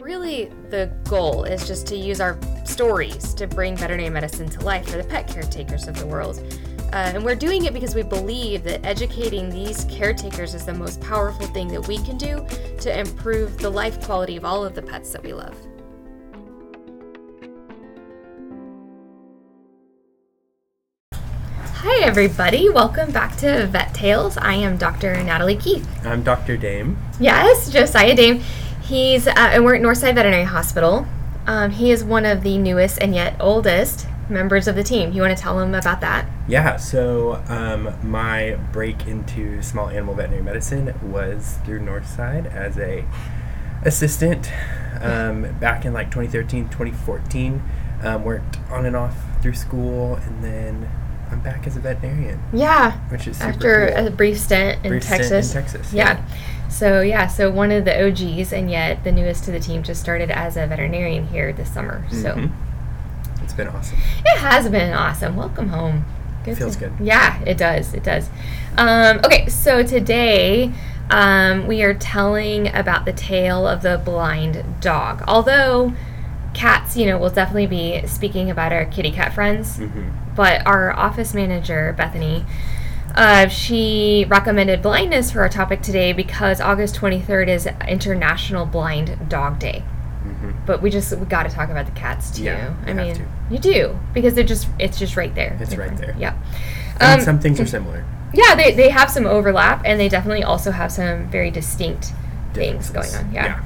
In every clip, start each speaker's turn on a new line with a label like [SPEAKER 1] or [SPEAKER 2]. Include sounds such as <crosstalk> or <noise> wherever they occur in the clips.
[SPEAKER 1] Really, the goal is just to use our stories to bring veterinary medicine to life for the pet caretakers of the world. Uh, and we're doing it because we believe that educating these caretakers is the most powerful thing that we can do to improve the life quality of all of the pets that we love. Hi, everybody. Welcome back to Vet Tales. I am Dr. Natalie Keith.
[SPEAKER 2] I'm Dr. Dame.
[SPEAKER 1] Yes, Josiah Dame. He's, uh, and we're at Northside Veterinary Hospital. Um, he is one of the newest and yet oldest members of the team. You want to tell him about that?
[SPEAKER 2] Yeah, so um, my break into small animal veterinary medicine was through Northside as a assistant um, back in like 2013, 2014. Um, worked on and off through school, and then I'm back as a veterinarian,
[SPEAKER 1] Yeah,
[SPEAKER 2] which is super
[SPEAKER 1] after
[SPEAKER 2] cool.
[SPEAKER 1] a brief stint in
[SPEAKER 2] Brief stint
[SPEAKER 1] Texas.
[SPEAKER 2] in Texas.
[SPEAKER 1] Yeah. So yeah, so one of the OGs and yet the newest to the team just started as a veterinarian here this summer. So
[SPEAKER 2] Mhm. it's been awesome.
[SPEAKER 1] it has been awesome. Welcome home. Good
[SPEAKER 2] Feels good.
[SPEAKER 1] Yeah, it does. It does. Um, okay, so today um, we are telling about the tale of the blind dog. Although cats, you know, we'll definitely be speaking about our kitty cat friends
[SPEAKER 2] hmm
[SPEAKER 1] but our office manager bethany uh, she recommended blindness for our topic today because august 23rd is international blind dog day
[SPEAKER 2] hmm
[SPEAKER 1] but we just we got to talk about the cats too
[SPEAKER 2] Yeah,
[SPEAKER 1] i
[SPEAKER 2] you have
[SPEAKER 1] mean
[SPEAKER 2] to.
[SPEAKER 1] you do because they're just it's just right there
[SPEAKER 2] It's right there.
[SPEAKER 1] yeah Um,
[SPEAKER 2] and some things are similar.
[SPEAKER 1] yeah they, they have some overlap and they definitely also have some very distinct things going
[SPEAKER 2] differences.
[SPEAKER 1] on
[SPEAKER 2] Yeah.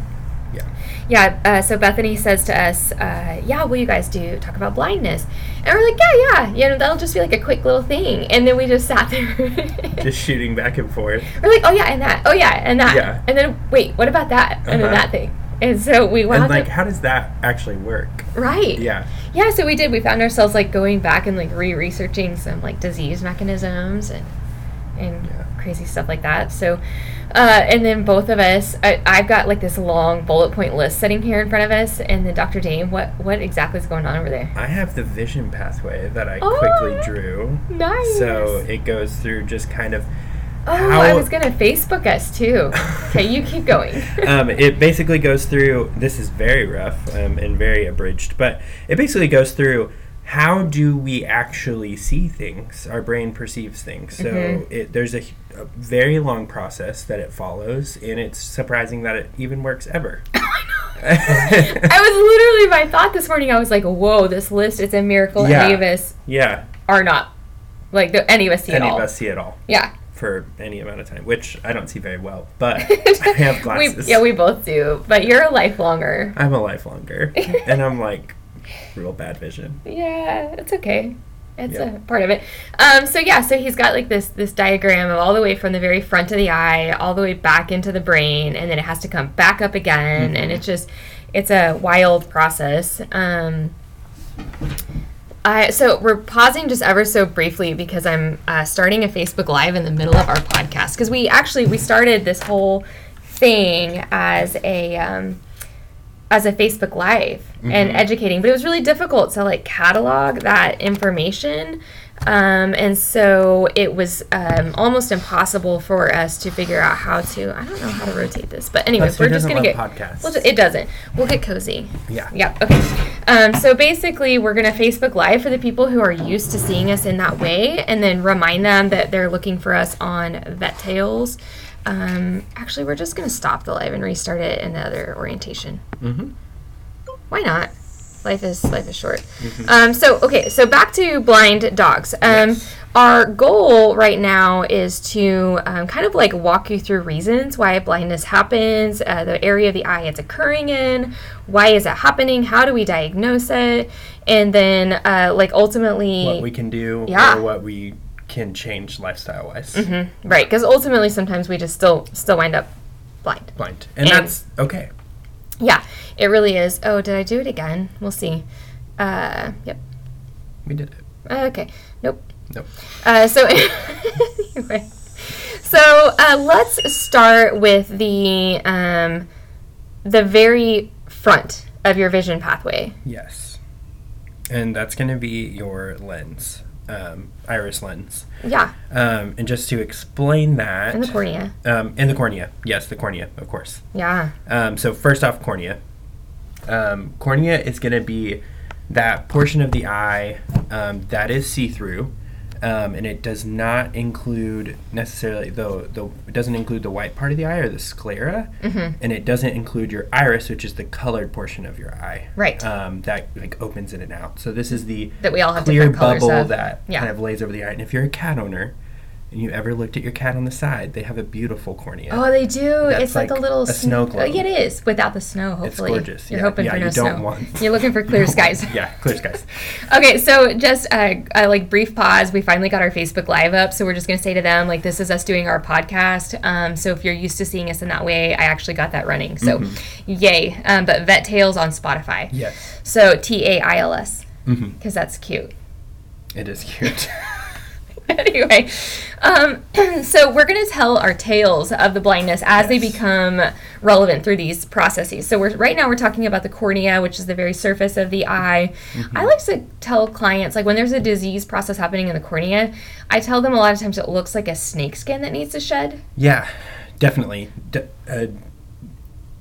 [SPEAKER 2] Yeah.
[SPEAKER 1] yeah, uh, so Bethany says to us, uh, "Yeah, will you guys do talk about blindness?" And we're like, "Yeah, yeah, you know, that'll just be like a quick little thing." And then we just sat
[SPEAKER 2] <laughs>
[SPEAKER 1] there.
[SPEAKER 2] Just shooting back and forth.
[SPEAKER 1] we're like, "Oh yeah, and that. Oh yeah, and that."
[SPEAKER 2] Yeah.
[SPEAKER 1] And then wait, what about that? And then
[SPEAKER 2] Uh-huh.
[SPEAKER 1] that thing. And so we wound
[SPEAKER 2] and like,
[SPEAKER 1] up
[SPEAKER 2] how does that actually work?
[SPEAKER 1] right.
[SPEAKER 2] Yeah.
[SPEAKER 1] Yeah, so we did. We found ourselves like going back and like re-researching some like disease mechanisms and and
[SPEAKER 2] Yeah.
[SPEAKER 1] crazy stuff like that. So, uh, and then both of us, I, I've got like this long bullet point list sitting here in front of us, and then Dr. Dame, what what exactly is going on over there?
[SPEAKER 2] I have the vision pathway that I
[SPEAKER 1] Oh,
[SPEAKER 2] quickly drew.
[SPEAKER 1] Nice.
[SPEAKER 2] So it goes through just kind of.
[SPEAKER 1] oh,
[SPEAKER 2] how-
[SPEAKER 1] I was gonna Facebook us
[SPEAKER 2] <laughs>
[SPEAKER 1] too. <laughs> okay, you keep going. <laughs>
[SPEAKER 2] um, it basically goes through. This is very rough um, and very abridged, but it basically goes through how do we actually see things? Our brain perceives things. So
[SPEAKER 1] Mhm.
[SPEAKER 2] it, there's a, h- a very long process that it follows, and it's surprising that it even works ever.
[SPEAKER 1] I was literally my thought this morning. I was like, whoa, this list is a miracle.
[SPEAKER 2] Yeah.
[SPEAKER 1] Any of us
[SPEAKER 2] yeah,
[SPEAKER 1] are not like the, any of us see
[SPEAKER 2] any
[SPEAKER 1] it all.
[SPEAKER 2] of us see it all.
[SPEAKER 1] Yeah.
[SPEAKER 2] for any amount of time, which I don't see very well,
[SPEAKER 1] <laughs>
[SPEAKER 2] but I have glasses.
[SPEAKER 1] We, yeah, we both do. But you're a lifelonger.
[SPEAKER 2] I'm a lifelonger, and I'm like real bad vision.
[SPEAKER 1] <laughs> Yeah, it's okay. It's
[SPEAKER 2] Yeah.
[SPEAKER 1] a part of it. Um, so yeah, so he's got like this this diagram of all the way from the very front of the eye, all the way back into the brain, and then it has to come back up again,
[SPEAKER 2] Mm-hmm.
[SPEAKER 1] and it's just it's a wild process. Um, I, so we're pausing just ever so briefly because I'm uh, starting a Facebook Live in the middle of our podcast because we actually we started this whole thing as a um, as a Facebook Live and educating, but it was really difficult to like catalog that information, um, and so it was um, almost impossible for us to figure out how to. I don't know how to rotate this, but anyway,
[SPEAKER 2] Plus, who
[SPEAKER 1] we're just
[SPEAKER 2] doesn't
[SPEAKER 1] gonna get
[SPEAKER 2] love podcasts?
[SPEAKER 1] We'll ju- it doesn't. We'll get cozy.
[SPEAKER 2] Yeah.
[SPEAKER 1] Yep. Okay. Um, so basically, we're gonna Facebook Live for the people who are used to seeing us in that way, and then remind them that they're looking for us on Vet Tales. Um, actually, we're just gonna stop the live and restart it in the other orientation.
[SPEAKER 2] Mhm.
[SPEAKER 1] Why not? Life is life is short. Um, so okay, so back to blind dogs. Um, Our goal right now is to um, kind of like walk you through reasons why blindness happens, uh, the area of the eye it's occurring in, why is it happening, how do we diagnose it, and then uh, like ultimately
[SPEAKER 2] What we can do,
[SPEAKER 1] Yeah. Mm-hmm.
[SPEAKER 2] or what we can change lifestyle wise.
[SPEAKER 1] right because ultimately sometimes we just still still wind up blind.
[SPEAKER 2] Blind, and,
[SPEAKER 1] And-
[SPEAKER 2] that's okay.
[SPEAKER 1] Yeah, it really is. Oh, did I do it again? We'll see. Uh, yep.
[SPEAKER 2] We did it.
[SPEAKER 1] Uh, Okay. Nope.
[SPEAKER 2] Nope.
[SPEAKER 1] Uh, so <laughs> anyway, so uh, let's start with the um, the very front of your vision pathway.
[SPEAKER 2] Yes, and that's going to be your lens, um, iris lens,
[SPEAKER 1] Yeah,
[SPEAKER 2] um, and just to explain that,
[SPEAKER 1] in the cornea.
[SPEAKER 2] um, in the cornea. Yes, the cornea, of course.
[SPEAKER 1] Yeah.
[SPEAKER 2] Um, so first off, cornea. Um, cornea is going to be that portion of the eye um, that is see through, um, and it does not include necessarily the, the it doesn't include the white part of the eye or the sclera,
[SPEAKER 1] Mm-hmm.
[SPEAKER 2] and it doesn't include your iris, which is the colored portion of your eye.
[SPEAKER 1] Right.
[SPEAKER 2] Um, that like opens in and out. So this is the
[SPEAKER 1] That we all have
[SPEAKER 2] clear
[SPEAKER 1] different colors
[SPEAKER 2] bubble
[SPEAKER 1] of.
[SPEAKER 2] that
[SPEAKER 1] Yeah.
[SPEAKER 2] kind of lays over the eye. And if you're a cat owner. And you ever looked at your cat on the side? They have a beautiful cornea.
[SPEAKER 1] Oh, they do.
[SPEAKER 2] That's
[SPEAKER 1] it's like,
[SPEAKER 2] like
[SPEAKER 1] a little
[SPEAKER 2] a
[SPEAKER 1] snow-
[SPEAKER 2] snow globe.
[SPEAKER 1] It is without the snow. Hopefully,
[SPEAKER 2] gorgeous.
[SPEAKER 1] You're
[SPEAKER 2] Yeah,
[SPEAKER 1] hoping
[SPEAKER 2] yeah,
[SPEAKER 1] for no
[SPEAKER 2] you don't
[SPEAKER 1] snow. <laughs>
[SPEAKER 2] want-
[SPEAKER 1] You're looking for
[SPEAKER 2] <laughs>
[SPEAKER 1] clear skies.
[SPEAKER 2] yeah,
[SPEAKER 1] <laughs>
[SPEAKER 2] clear skies.
[SPEAKER 1] Okay, so just a, a like brief pause. We finally got our Facebook Live up, so we're just gonna say to them like this is us doing our podcast. Um, so if you're used to seeing us in that way, I actually got that running. So, yay! Um, but Vet Tales on Spotify.
[SPEAKER 2] Yes,
[SPEAKER 1] So T A I L S
[SPEAKER 2] Mhm.
[SPEAKER 1] because that's cute.
[SPEAKER 2] it is cute.
[SPEAKER 1] <laughs> anyway, um, <clears throat> so we're going to tell our tales of the blindness as they
[SPEAKER 2] Yes.
[SPEAKER 1] become relevant through these processes. So we're right now we're talking about the cornea, which is the very surface of the eye. I like to tell clients like when there's a disease process happening in the cornea, I tell them a lot of times it looks like a snake skin that needs to shed.
[SPEAKER 2] <laughs> yeah, definitely. De- uh,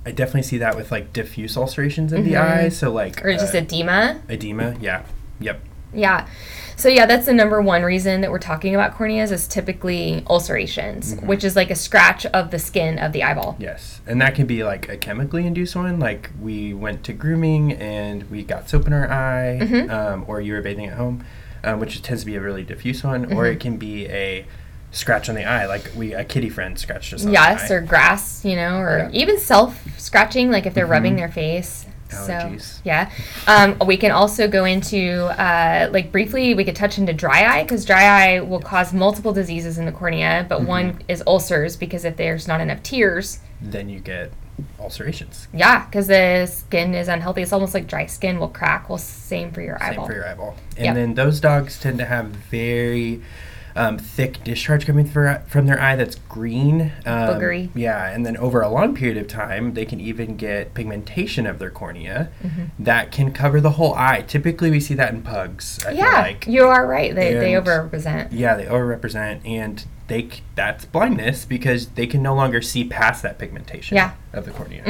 [SPEAKER 2] I definitely see that with like diffuse ulcerations in the eye. So like
[SPEAKER 1] Mm-hmm. Or just
[SPEAKER 2] uh,
[SPEAKER 1] edema.
[SPEAKER 2] edema. Yeah. Yep.
[SPEAKER 1] Yeah. So yeah, that's the number one reason that we're talking about corneas is typically ulcerations, which is like a scratch of the skin of the eyeball.
[SPEAKER 2] Yes, and that can be like a chemically induced one. Like we went to grooming and we got soap in our eye,
[SPEAKER 1] Mm-hmm.
[SPEAKER 2] um, or you were bathing at home, um, which tends to be a really diffuse one. Or
[SPEAKER 1] Mm-hmm.
[SPEAKER 2] it can be a scratch on the eye, like we a kitty friend scratched us. On
[SPEAKER 1] Yes,
[SPEAKER 2] the eye.
[SPEAKER 1] or grass, you know, or
[SPEAKER 2] Yeah. Mm-hmm.
[SPEAKER 1] even self scratching, like if they're rubbing their face. So
[SPEAKER 2] Oh, Allergies.
[SPEAKER 1] yeah, um, we can also go into uh, like briefly. We could touch into dry eye because dry eye will cause multiple diseases in the cornea, but
[SPEAKER 2] Mm-hmm.
[SPEAKER 1] one is ulcers because if there's not enough tears,
[SPEAKER 2] then you get ulcerations.
[SPEAKER 1] yeah, because the skin is unhealthy. It's almost like dry skin will crack. Well, same for your
[SPEAKER 2] Same
[SPEAKER 1] eyeball.
[SPEAKER 2] for your eyeball. And
[SPEAKER 1] Yep.
[SPEAKER 2] then those dogs tend to have very um, thick discharge coming for, from their eye that's green. Um,
[SPEAKER 1] Boogery.
[SPEAKER 2] Yeah, and then over a long period of time, they can even get pigmentation of their cornea
[SPEAKER 1] Mm-hmm.
[SPEAKER 2] that can cover the whole eye. Typically, we see that in pugs. I
[SPEAKER 1] yeah,
[SPEAKER 2] Feel like.
[SPEAKER 1] you are right. They they
[SPEAKER 2] And-
[SPEAKER 1] overrepresent.
[SPEAKER 2] Yeah, they overrepresent, and they c- that's blindness because they can no longer see past that pigmentation
[SPEAKER 1] Yeah. Mm-hmm.
[SPEAKER 2] of the cornea.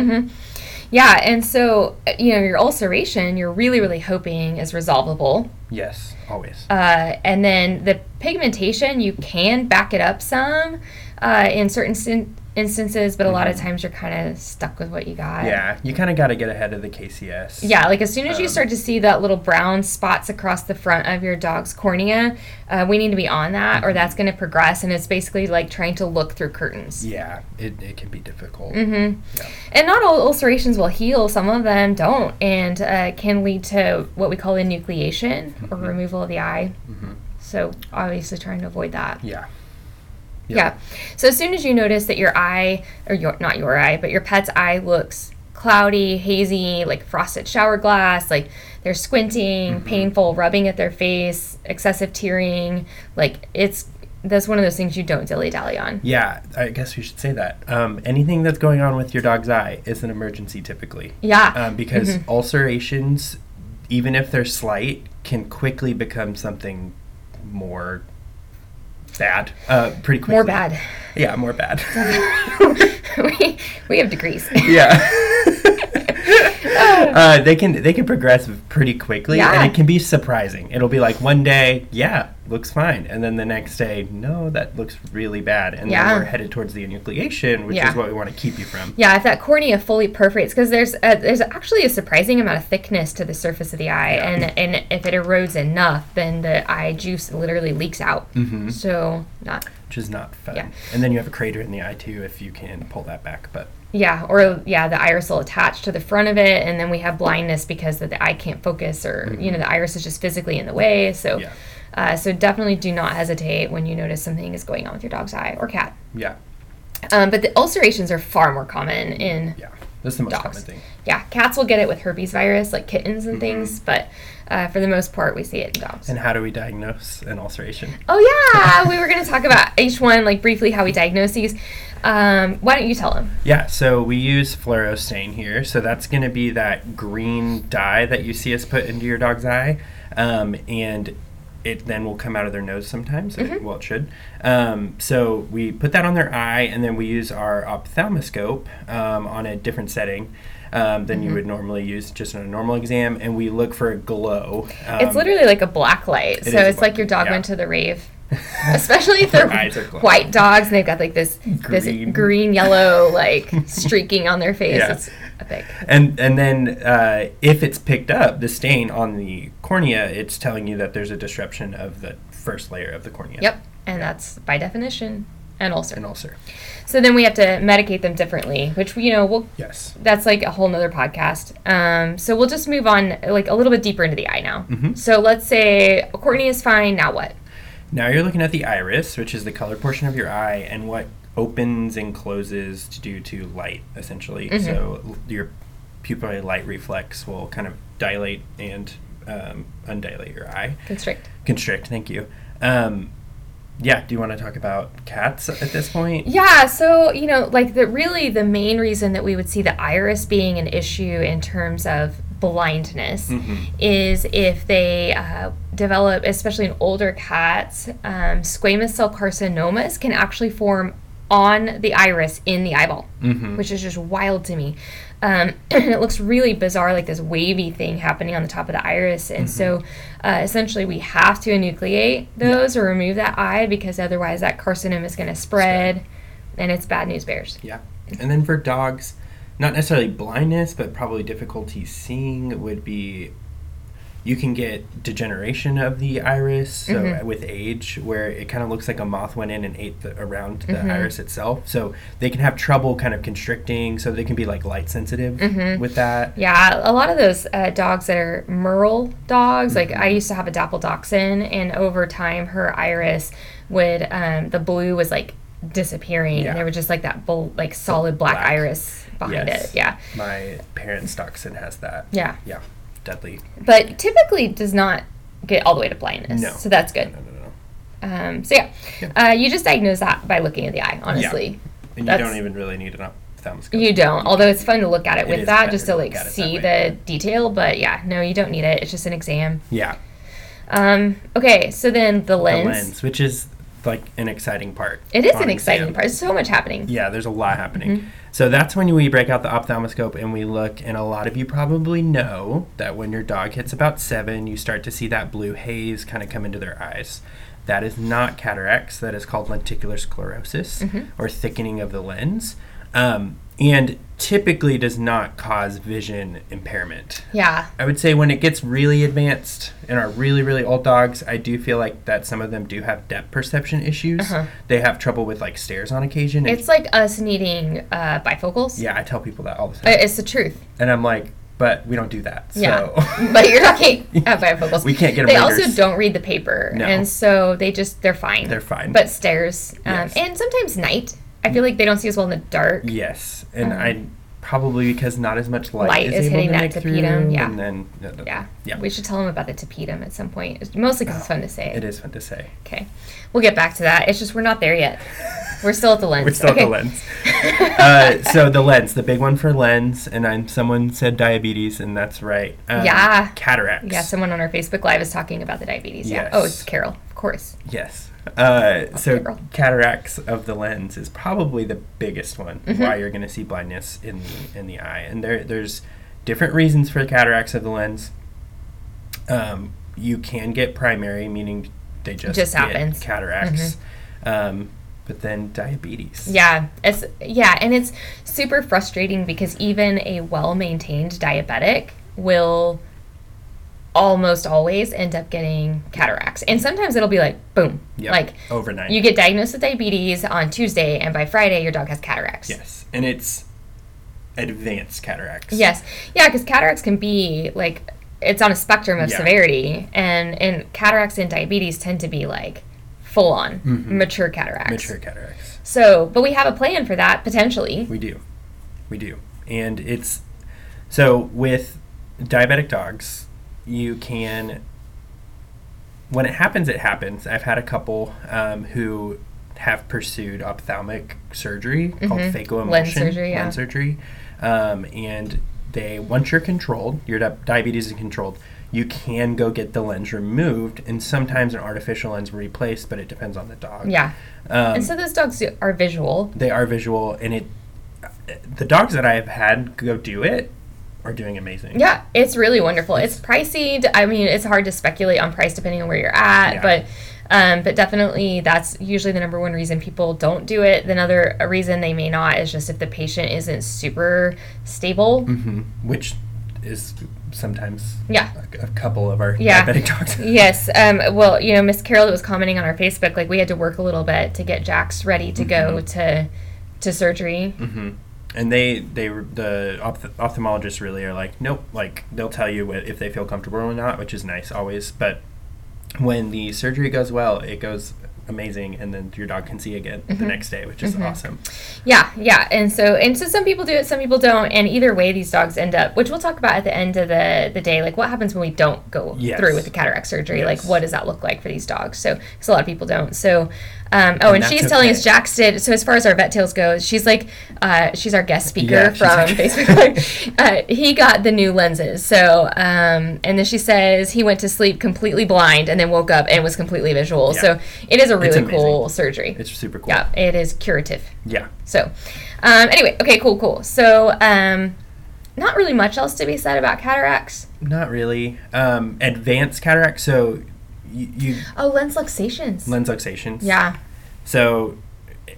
[SPEAKER 1] Yeah, and so uh, you know your ulceration, you're really really hoping is resolvable.
[SPEAKER 2] Yes, always.
[SPEAKER 1] Uh, and then the pigmentation, you can back it up some uh, in certain sin- instances, but a lot of times you're kind of stuck with what you got.
[SPEAKER 2] Mm-hmm. yeah, you kind of got to get ahead of the KCS.
[SPEAKER 1] Yeah, like as soon as you
[SPEAKER 2] Um,
[SPEAKER 1] start to see that little brown spots across the front of your dog's cornea, uh, we need to be on that,
[SPEAKER 2] Mm-hmm.
[SPEAKER 1] or that's going to progress. And it's basically like trying to look through curtains. Mm-hmm.
[SPEAKER 2] Yeah, it, it can be difficult.
[SPEAKER 1] Mm. And not all ulcerations will heal, some of them don't, and uh, can lead to what we call enucleation or
[SPEAKER 2] Mm-hmm.
[SPEAKER 1] removal of the eye. So, obviously, trying to avoid that.
[SPEAKER 2] Yeah.
[SPEAKER 1] Yeah. So as soon as you notice that your eye, or your not your eye, but your pet's eye looks cloudy, hazy, like frosted shower glass, like they're squinting, painful, rubbing at their face, excessive tearing, like it's that's one of those things you don't dilly dally on.
[SPEAKER 2] Yeah, I guess we should say that. Um, anything that's going on with your dog's eye is an emergency typically.
[SPEAKER 1] Yeah.
[SPEAKER 2] Um, because
[SPEAKER 1] Mm-hmm.
[SPEAKER 2] ulcerations, even if they're slight, can quickly become something more bad. Uh, pretty quickly.
[SPEAKER 1] More bad.
[SPEAKER 2] Yeah, more bad.
[SPEAKER 1] <laughs> we, we have degrees. <laughs>
[SPEAKER 2] yeah. uh, they can they can progress pretty quickly,
[SPEAKER 1] Yeah.
[SPEAKER 2] and it can be surprising. It'll be like one day, yeah, looks fine, and then the next day, no, that looks really bad, and
[SPEAKER 1] Yeah.
[SPEAKER 2] then we're headed towards the enucleation, which
[SPEAKER 1] Yeah.
[SPEAKER 2] is what we want to keep you from.
[SPEAKER 1] Yeah, if that cornea fully perforates, because there's a, there's actually a surprising amount of thickness to the surface of the eye, and and if it erodes enough, then the eye juice literally leaks out. Mm-hmm. So not
[SPEAKER 2] Which is not fun.
[SPEAKER 1] Yeah.
[SPEAKER 2] And then you have a crater in the eye too, if you can pull that back. But
[SPEAKER 1] yeah, or yeah, the iris will attach to the front of it, and then we have blindness because the, the eye can't focus, or you know the iris is just physically in the way. So
[SPEAKER 2] Yeah.
[SPEAKER 1] uh, so definitely do not hesitate when you notice something is going on with your dog's eye or cat.
[SPEAKER 2] yeah,
[SPEAKER 1] Um, but the ulcerations are far more common in
[SPEAKER 2] yeah, that's the most
[SPEAKER 1] Dogs.
[SPEAKER 2] common thing.
[SPEAKER 1] yeah, cats will get it with herpes virus, like kittens and things, but uh, for the most part, we see it in dogs.
[SPEAKER 2] Mm-hmm. And how do we diagnose an ulceration?
[SPEAKER 1] oh, yeah, we were going to talk about each one, like briefly how we diagnose these. Um, why don't you tell them?
[SPEAKER 2] Yeah, so we use fluorostain here. So that's going to be that green dye that you see us put into your dog's eye. Um, and it then will come out of their nose sometimes. It- well, it should. Um, so we put that on their eye, and then we use our ophthalmoscope um, on a different setting um, than you would normally use just on a normal exam, and we look for a glow. Um,
[SPEAKER 1] it's literally like a black light.
[SPEAKER 2] is
[SPEAKER 1] So
[SPEAKER 2] a
[SPEAKER 1] it's like
[SPEAKER 2] black-
[SPEAKER 1] your dog
[SPEAKER 2] yeah.
[SPEAKER 1] went to the
[SPEAKER 2] <laughs>
[SPEAKER 1] rave. Especially if they're
[SPEAKER 2] Their eyes are glowing.
[SPEAKER 1] white dogs and they've got like this
[SPEAKER 2] Green.
[SPEAKER 1] this green yellow
[SPEAKER 2] <laughs>
[SPEAKER 1] like streaking on their face.
[SPEAKER 2] Yeah.
[SPEAKER 1] It's epic.
[SPEAKER 2] And and then uh, if it's picked up, the stain on the cornea, it's telling you that there's a disruption of the first layer of the cornea.
[SPEAKER 1] Yep. And that's by definition an ulcer.
[SPEAKER 2] An ulcer.
[SPEAKER 1] So then we have to medicate them differently, which you know we'll
[SPEAKER 2] Yes.
[SPEAKER 1] that's like a whole nother podcast. Um, so we'll just move on like a little bit deeper into the eye now. So let's say Courtney is fine. Now what?
[SPEAKER 2] Now you're looking at the iris, which is the colored portion of your eye, and what opens and closes due to light, essentially. So l- your pupillary light reflex will kind of dilate and um, undilate your eye.
[SPEAKER 1] Constrict.
[SPEAKER 2] Constrict, thank you. Um, yeah, do you want to talk about cats at this point?
[SPEAKER 1] Yeah, so you know, like the really the main reason that we would see the iris being an issue in terms of blindness is if they uh, develop, especially in older cats, um, squamous cell carcinomas can actually form on the iris in the eyeball, which is just wild to me. Um, <clears throat> and it looks really bizarre, like this wavy thing happening on the top of the iris. And so uh, essentially, we have to enucleate those or remove that eye because otherwise, that carcinoma is going to spread and it's bad news bears.
[SPEAKER 2] Yeah. And then for dogs, not necessarily blindness, but probably difficulty seeing would be you can get degeneration of the iris so
[SPEAKER 1] Mm-hmm.
[SPEAKER 2] with age where it kind of looks like a moth went in and ate the, around the
[SPEAKER 1] Mm-hmm.
[SPEAKER 2] iris itself so they can have trouble kind of constricting so they can be like light sensitive
[SPEAKER 1] Mm-hmm.
[SPEAKER 2] with that
[SPEAKER 1] Yeah, a lot of those uh, dogs that are merle dogs, like I used to have a dapple dachshund, and over time her iris would, um, the blue was like disappearing,
[SPEAKER 2] Yeah.
[SPEAKER 1] and there was just like that bull, like solid black,
[SPEAKER 2] Black.
[SPEAKER 1] iris behind
[SPEAKER 2] Yes.
[SPEAKER 1] it. Yeah.
[SPEAKER 2] my parents dachshund has that
[SPEAKER 1] Yeah.
[SPEAKER 2] yeah deadly
[SPEAKER 1] But typically does not get all the way to blindness.
[SPEAKER 2] No.
[SPEAKER 1] So that's good.
[SPEAKER 2] no no no
[SPEAKER 1] Um, so yeah, uh, you just diagnose that by looking at the eye, honestly.
[SPEAKER 2] and
[SPEAKER 1] That's-
[SPEAKER 2] you don't even really need an ophthalmoscope
[SPEAKER 1] You don't, although it's fun to look at it, with
[SPEAKER 2] is
[SPEAKER 1] that
[SPEAKER 2] better
[SPEAKER 1] just
[SPEAKER 2] to
[SPEAKER 1] to
[SPEAKER 2] look
[SPEAKER 1] like
[SPEAKER 2] at it that
[SPEAKER 1] see
[SPEAKER 2] way.
[SPEAKER 1] the detail. But yeah, no, you don't need it. It's just an exam.
[SPEAKER 2] yeah
[SPEAKER 1] Um, okay, so then the
[SPEAKER 2] the
[SPEAKER 1] lens.
[SPEAKER 2] lens which is like an exciting part
[SPEAKER 1] It is
[SPEAKER 2] on
[SPEAKER 1] an exciting
[SPEAKER 2] exam.
[SPEAKER 1] part. There's so much happening.
[SPEAKER 2] Yeah, there's a lot happening. So that's when we break out the ophthalmoscope and we look, and a lot of you probably know that when your dog hits about seven, you start to see that blue haze kind of come into their eyes. That is not cataracts, that is called lenticular sclerosis or thickening of the lens, um, and typically does not cause vision impairment.
[SPEAKER 1] Yeah.
[SPEAKER 2] I would say when it gets really advanced and are really, really old dogs, I do feel like that some of them do have depth perception issues. They have trouble with like stairs on occasion. and
[SPEAKER 1] It's like us needing uh, bifocals.
[SPEAKER 2] yeah, I tell people that all the time.
[SPEAKER 1] I- It's the truth. <laughs>
[SPEAKER 2] And I'm like, but we don't do that. So <laughs>
[SPEAKER 1] Yeah. but you're not getting uh, bifocals.
[SPEAKER 2] We can't get 'em
[SPEAKER 1] They
[SPEAKER 2] readers.
[SPEAKER 1] also don't read the paper.
[SPEAKER 2] No.
[SPEAKER 1] And so they just, they're fine.
[SPEAKER 2] They're fine.
[SPEAKER 1] But stairs. Um,
[SPEAKER 2] Yes. Mm.
[SPEAKER 1] And sometimes night. I feel like they don't see as well in the dark.
[SPEAKER 2] yes. And I probably because not as much
[SPEAKER 1] Um,
[SPEAKER 2] light,
[SPEAKER 1] Light is
[SPEAKER 2] able
[SPEAKER 1] hitting
[SPEAKER 2] to
[SPEAKER 1] that
[SPEAKER 2] make
[SPEAKER 1] tapetum,
[SPEAKER 2] through,
[SPEAKER 1] yeah.
[SPEAKER 2] And then no, no,
[SPEAKER 1] Yeah.
[SPEAKER 2] yeah. Oh,
[SPEAKER 1] We should tell them about the tapetum at some point. It's mostly because it's fun to say.
[SPEAKER 2] It is fun to
[SPEAKER 1] <laughs>
[SPEAKER 2] say.
[SPEAKER 1] Okay. We'll get back to that. It's just we're not there yet. We're still at the lens.
[SPEAKER 2] We're still at
[SPEAKER 1] Okay. <laughs>
[SPEAKER 2] the lens. uh, so the lens, the big one for lens, and I'm someone said diabetes, and that's right. Um,
[SPEAKER 1] Yeah.
[SPEAKER 2] Cataracts.
[SPEAKER 1] Yeah, someone on our Facebook Live is talking about the diabetes. Yeah. Oh,
[SPEAKER 2] Yes.
[SPEAKER 1] it's Carol, of course.
[SPEAKER 2] Yes. Uh, so
[SPEAKER 1] girl.
[SPEAKER 2] cataracts of the lens is probably the biggest one
[SPEAKER 1] Mm-hmm.
[SPEAKER 2] why you're going to see blindness in the, in the eye, and there there's different reasons for cataracts of the lens. Um, you can get primary, meaning they just
[SPEAKER 1] Just
[SPEAKER 2] get
[SPEAKER 1] happens. Mm-hmm.
[SPEAKER 2] cataracts, um, but then diabetes.
[SPEAKER 1] Yeah, it's yeah, and it's super frustrating because even a well-maintained diabetic will almost always end up getting cataracts. And sometimes it'll be like boom.
[SPEAKER 2] Yep.
[SPEAKER 1] Like
[SPEAKER 2] overnight.
[SPEAKER 1] you get diagnosed with diabetes on Tuesday and by Friday your dog has cataracts.
[SPEAKER 2] yes, and it's advanced cataracts.
[SPEAKER 1] Yes. Yeah, cuz cataracts can be like it's on a spectrum of
[SPEAKER 2] Yeah.
[SPEAKER 1] severity and and cataracts and diabetes tend to be like full on mature cataracts.
[SPEAKER 2] Mm-hmm. mature cataracts.
[SPEAKER 1] So, but we have a plan for that potentially.
[SPEAKER 2] We do. We do. And it's so with diabetic dogs, you can when it happens, it happens. I've had a couple um, who have pursued ophthalmic surgery called phacoemulsion
[SPEAKER 1] Mm-hmm. Lens surgery, yeah.
[SPEAKER 2] lens surgery, um, and they once you're controlled, your di- diabetes is controlled. you can go get the lens removed and sometimes an artificial lens replaced, but it depends on the dog.
[SPEAKER 1] Yeah.
[SPEAKER 2] Um,
[SPEAKER 1] and so those dogs are visual.
[SPEAKER 2] they are visual, and it the dogs that I have had go do it are doing amazing.
[SPEAKER 1] Yeah, it's really wonderful. It's pricey. d- I mean, it's hard to speculate on price depending on where you're at,
[SPEAKER 2] Yeah.
[SPEAKER 1] but um, but definitely that's usually the number one reason people don't do it. The other reason they may not is just if the patient isn't super stable.
[SPEAKER 2] hmm Which is sometimes
[SPEAKER 1] Yeah.
[SPEAKER 2] a, a couple of our
[SPEAKER 1] Yeah.
[SPEAKER 2] diabetic dogs.
[SPEAKER 1] Yes. Um, well, you know, Miss Carol that was commenting on our Facebook, like we had to work a little bit to get Jax ready to go to to surgery.
[SPEAKER 2] hmm And they they the opth- ophthalmologists really are like nope like they'll tell you wh- if they feel comfortable or not, which is nice always. But when the surgery goes well, it goes amazing, and then your dog can see again
[SPEAKER 1] Mm-hmm.
[SPEAKER 2] the next day, which is awesome.
[SPEAKER 1] Yeah, yeah. And so and so some people do it, some people don't, and either way these dogs end up, which we'll talk about at the end of the the day, like what happens when we don't go
[SPEAKER 2] Yes.
[SPEAKER 1] through with the cataract surgery? Like
[SPEAKER 2] Yes.
[SPEAKER 1] what does that look like for these dogs? So because a lot of people don't. So um, oh, and,
[SPEAKER 2] that's
[SPEAKER 1] she's telling us
[SPEAKER 2] okay.
[SPEAKER 1] Jax did. So as far as our vet tales goes, she's like, uh, she's our guest speaker
[SPEAKER 2] Yeah, she's
[SPEAKER 1] from
[SPEAKER 2] like-
[SPEAKER 1] Facebook. <laughs> uh, he got the new lenses. So um, and then she says he went to sleep completely blind and then woke up and was completely visual.
[SPEAKER 2] Yeah.
[SPEAKER 1] So it is a really
[SPEAKER 2] amazing.
[SPEAKER 1] cool surgery.
[SPEAKER 2] It's super cool.
[SPEAKER 1] yeah, it is curative.
[SPEAKER 2] Yeah.
[SPEAKER 1] So, um, anyway, okay, cool, cool. So, um, not really much else to be said about cataracts.
[SPEAKER 2] Not really. Um, advanced cataract. So you, you
[SPEAKER 1] Oh, lens luxations.
[SPEAKER 2] lens luxations.
[SPEAKER 1] yeah.
[SPEAKER 2] So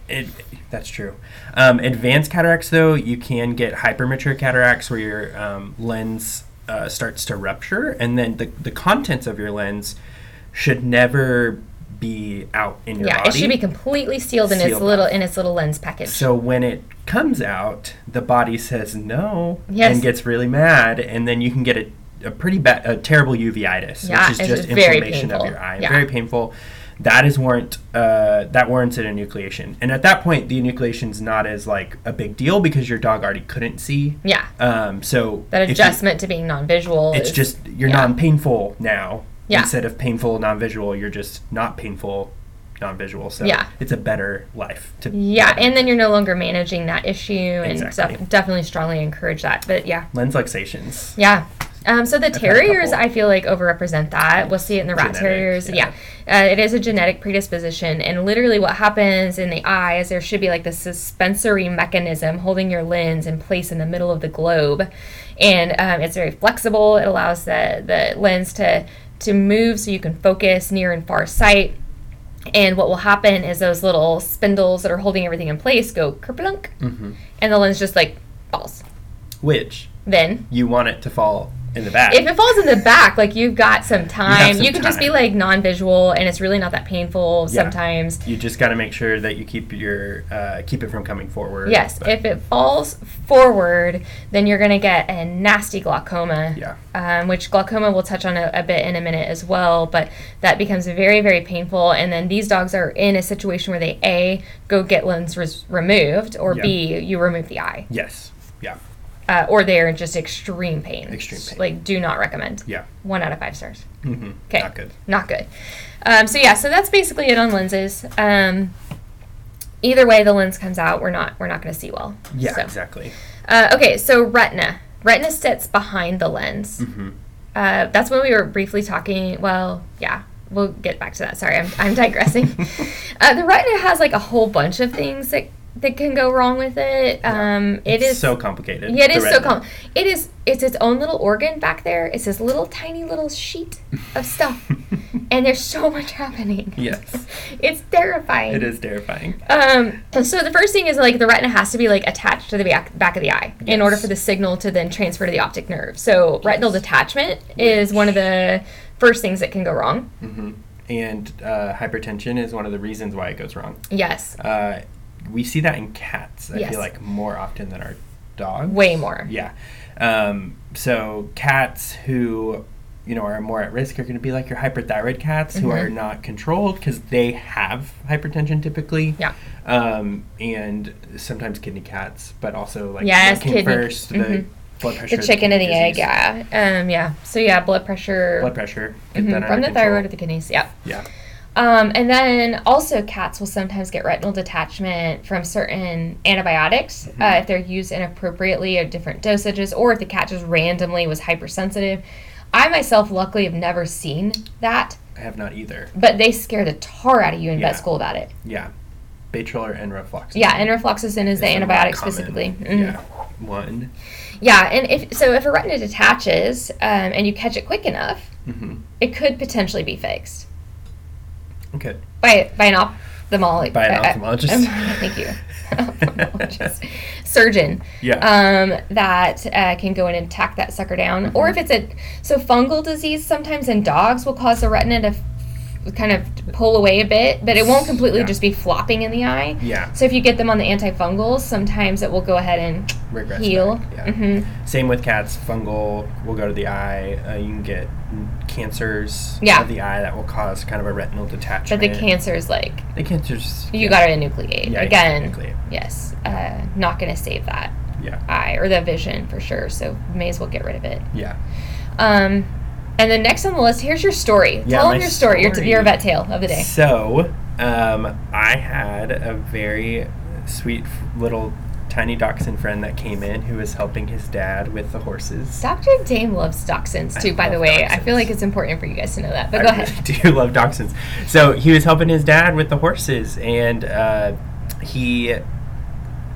[SPEAKER 2] it that's true. Um, advanced cataracts though, you can get hypermature cataracts where your um, lens uh, starts to rupture, and then the the contents of your lens should never be out in your
[SPEAKER 1] Yeah,
[SPEAKER 2] body.
[SPEAKER 1] it should be completely sealed in its
[SPEAKER 2] Sealed
[SPEAKER 1] little
[SPEAKER 2] off.
[SPEAKER 1] in its little lens package.
[SPEAKER 2] So when it comes out, the body says no
[SPEAKER 1] Yes.
[SPEAKER 2] and gets really mad, and then you can get a, a pretty bad, a terrible uveitis,
[SPEAKER 1] Yeah,
[SPEAKER 2] which is
[SPEAKER 1] it's
[SPEAKER 2] just
[SPEAKER 1] very
[SPEAKER 2] inflammation of
[SPEAKER 1] painful.
[SPEAKER 2] your eye,
[SPEAKER 1] Yeah.
[SPEAKER 2] very painful. That is warrant uh, that warrants an enucleation, and at that point, the enucleation's not as like a big deal because your dog already couldn't see.
[SPEAKER 1] yeah,
[SPEAKER 2] Um, so
[SPEAKER 1] that
[SPEAKER 2] if you-
[SPEAKER 1] adjustment to being non-visual.
[SPEAKER 2] it's
[SPEAKER 1] is-
[SPEAKER 2] just you're
[SPEAKER 1] yeah.
[SPEAKER 2] non-painful now.
[SPEAKER 1] Yeah.
[SPEAKER 2] Instead of painful, non-visual, you're just not painful, non-visual. So
[SPEAKER 1] Yeah.
[SPEAKER 2] it's a better life to
[SPEAKER 1] yeah, and then you're no longer managing that issue and
[SPEAKER 2] Exactly.
[SPEAKER 1] stuff. Definitely strongly encourage that. But yeah,
[SPEAKER 2] lens luxations.
[SPEAKER 1] Yeah. Um, so the
[SPEAKER 2] had a
[SPEAKER 1] terriers,
[SPEAKER 2] couple.
[SPEAKER 1] I feel like overrepresent that. We'll see it in the rat
[SPEAKER 2] Genetic,
[SPEAKER 1] terriers.
[SPEAKER 2] yeah.
[SPEAKER 1] Yeah, Uh, it is a genetic predisposition, and literally what happens in the eye is there should be like the suspensory mechanism holding your lens in place in the middle of the globe, and um, it's very flexible. It allows the the lens to to move so you can focus near and far sight. And what will happen is those little spindles that are holding everything in place go kerplunk,
[SPEAKER 2] Mm-hmm.
[SPEAKER 1] and the lens just like falls.
[SPEAKER 2] Which
[SPEAKER 1] Then
[SPEAKER 2] you want it to fall in the back.
[SPEAKER 1] if it falls in the back, like you've got some time, you,
[SPEAKER 2] some
[SPEAKER 1] can just be
[SPEAKER 2] time.
[SPEAKER 1] like non-visual, and it's really not that painful
[SPEAKER 2] Yeah.
[SPEAKER 1] sometimes.
[SPEAKER 2] you just got to make sure that you keep your uh, keep it from coming forward.
[SPEAKER 1] Yes,
[SPEAKER 2] but-
[SPEAKER 1] if it falls forward, then you're gonna get a nasty glaucoma.
[SPEAKER 2] yeah,
[SPEAKER 1] Um, which glaucoma we'll touch on a, a bit in a minute as well, but that becomes very, very painful. And then these dogs are in a situation where they A, go get lens res- removed, or
[SPEAKER 2] Yeah.
[SPEAKER 1] B, you remove the eye,
[SPEAKER 2] yes, yeah,
[SPEAKER 1] uh, or they're in just extreme pain.
[SPEAKER 2] Extreme pain.
[SPEAKER 1] Like, do not recommend.
[SPEAKER 2] yeah,
[SPEAKER 1] One out of five stars.
[SPEAKER 2] mm-hmm.
[SPEAKER 1] Okay.
[SPEAKER 2] not good.
[SPEAKER 1] Not good. Um, so yeah, so that's basically it on lenses. Um, either way the lens comes out, we're not we're not going to see well.
[SPEAKER 2] Yeah,
[SPEAKER 1] So,
[SPEAKER 2] exactly.
[SPEAKER 1] uh, okay, so retina. Retina sits behind the lens.
[SPEAKER 2] hmm
[SPEAKER 1] Uh, that's when we were briefly talking. Well, yeah, we'll get back to that. Sorry, I'm, I'm
[SPEAKER 2] <laughs>
[SPEAKER 1] digressing. uh, the retina has like a whole bunch of things that that can go wrong with it.
[SPEAKER 2] Yeah.
[SPEAKER 1] Um, it
[SPEAKER 2] it's
[SPEAKER 1] is
[SPEAKER 2] so complicated.
[SPEAKER 1] yeah, it
[SPEAKER 2] the
[SPEAKER 1] is so
[SPEAKER 2] retina.
[SPEAKER 1] calm. It is. It's its own little organ back there. It's this little tiny little sheet of
[SPEAKER 2] <laughs>
[SPEAKER 1] stuff, and there's so much happening.
[SPEAKER 2] Yes,
[SPEAKER 1] It's terrifying.
[SPEAKER 2] it is terrifying.
[SPEAKER 1] Um. So the first thing is like the retina has to be like attached to the back back of the eye in order
[SPEAKER 2] Yes.
[SPEAKER 1] for the signal to then transfer to the optic nerve. So retinal detachment is one of the first things that can go wrong.
[SPEAKER 2] hmm And uh, hypertension is one of the reasons why it goes wrong.
[SPEAKER 1] Yes.
[SPEAKER 2] Uh, we see that in cats. I
[SPEAKER 1] Yes.
[SPEAKER 2] feel like more often than our dogs.
[SPEAKER 1] Way more.
[SPEAKER 2] Yeah. Um, so cats who you know are more at risk are going to be like your hyperthyroid cats who
[SPEAKER 1] Mm-hmm.
[SPEAKER 2] are not controlled because they have hypertension typically.
[SPEAKER 1] Yeah.
[SPEAKER 2] Um, and sometimes kidney cats, but also like
[SPEAKER 1] Yes,
[SPEAKER 2] what came
[SPEAKER 1] kidney-
[SPEAKER 2] first the
[SPEAKER 1] mhm.
[SPEAKER 2] blood pressure,
[SPEAKER 1] The chicken and the
[SPEAKER 2] kidney
[SPEAKER 1] egg.
[SPEAKER 2] disease,
[SPEAKER 1] Yeah. Um. Yeah. So yeah, blood pressure.
[SPEAKER 2] blood pressure get
[SPEAKER 1] mhm,
[SPEAKER 2] that under
[SPEAKER 1] from the
[SPEAKER 2] control.
[SPEAKER 1] thyroid to the kidneys. Yep.
[SPEAKER 2] Yeah.
[SPEAKER 1] Um, and then also, cats will sometimes get retinal detachment from certain antibiotics
[SPEAKER 2] Mm-hmm.
[SPEAKER 1] uh, if they're used inappropriately at different dosages, or if the cat just randomly was hypersensitive. I myself, luckily, have never seen that,
[SPEAKER 2] I have not either.
[SPEAKER 1] but they scare the tar out of you in
[SPEAKER 2] Yeah.
[SPEAKER 1] vet school about it.
[SPEAKER 2] Yeah. Batriller and refluxin.
[SPEAKER 1] Yeah, and refloxacin is the
[SPEAKER 2] It's a
[SPEAKER 1] antibiotic
[SPEAKER 2] common-
[SPEAKER 1] specifically. Mhm.
[SPEAKER 2] Yeah. One.
[SPEAKER 1] Yeah, and if so, if a retina detaches um, and you catch it quick enough,
[SPEAKER 2] hmm
[SPEAKER 1] it could potentially be fixed
[SPEAKER 2] Okay.
[SPEAKER 1] by by an ophthalmologist.
[SPEAKER 2] By an ophthalmologist.
[SPEAKER 1] Uh, <laughs> thank you, ophthalmologist, surgeon.
[SPEAKER 2] Yeah.
[SPEAKER 1] Um, that uh, can go in and tack that sucker down, or
[SPEAKER 2] Mm-hmm.
[SPEAKER 1] if it's a so fungal disease, sometimes in dogs will cause the retina to f- kind of pull away a bit, but it won't completely
[SPEAKER 2] Yeah.
[SPEAKER 1] just be flopping in the eye.
[SPEAKER 2] yeah.
[SPEAKER 1] So if you get them on the antifungals, sometimes it will go ahead and
[SPEAKER 2] Regress
[SPEAKER 1] heal.
[SPEAKER 2] back, Yeah.
[SPEAKER 1] hmm
[SPEAKER 2] Same with cats. Fungal will go to the eye. Uh, you can get cancers
[SPEAKER 1] Yeah.
[SPEAKER 2] of the eye that will cause kind of a retinal
[SPEAKER 1] But
[SPEAKER 2] detachment.
[SPEAKER 1] the cancer is like
[SPEAKER 2] The cancers.
[SPEAKER 1] you got to enucleate
[SPEAKER 2] Yeah, you gotta
[SPEAKER 1] again.
[SPEAKER 2] enucleate.
[SPEAKER 1] Yes, uh, not going to save that
[SPEAKER 2] Yeah.
[SPEAKER 1] eye or the vision for sure. So may as well get rid of it.
[SPEAKER 2] Yeah.
[SPEAKER 1] Um, and then next on the list, here's your story.
[SPEAKER 2] Yeah,
[SPEAKER 1] Tell
[SPEAKER 2] my
[SPEAKER 1] them your story, Your,
[SPEAKER 2] story.
[SPEAKER 1] your vet tale of the day.
[SPEAKER 2] So, um, I had a very sweet f- little tiny dachshund friend that came in who was helping his dad with the horses.
[SPEAKER 1] Dr. Dame loves dachshunds
[SPEAKER 2] I
[SPEAKER 1] too, by the
[SPEAKER 2] love
[SPEAKER 1] way. I feel
[SPEAKER 2] dachshunds.
[SPEAKER 1] like it's important for you guys to know that. But
[SPEAKER 2] I
[SPEAKER 1] go ahead.
[SPEAKER 2] really <laughs> do love dachshunds. So he was helping his dad with the horses, and uh, he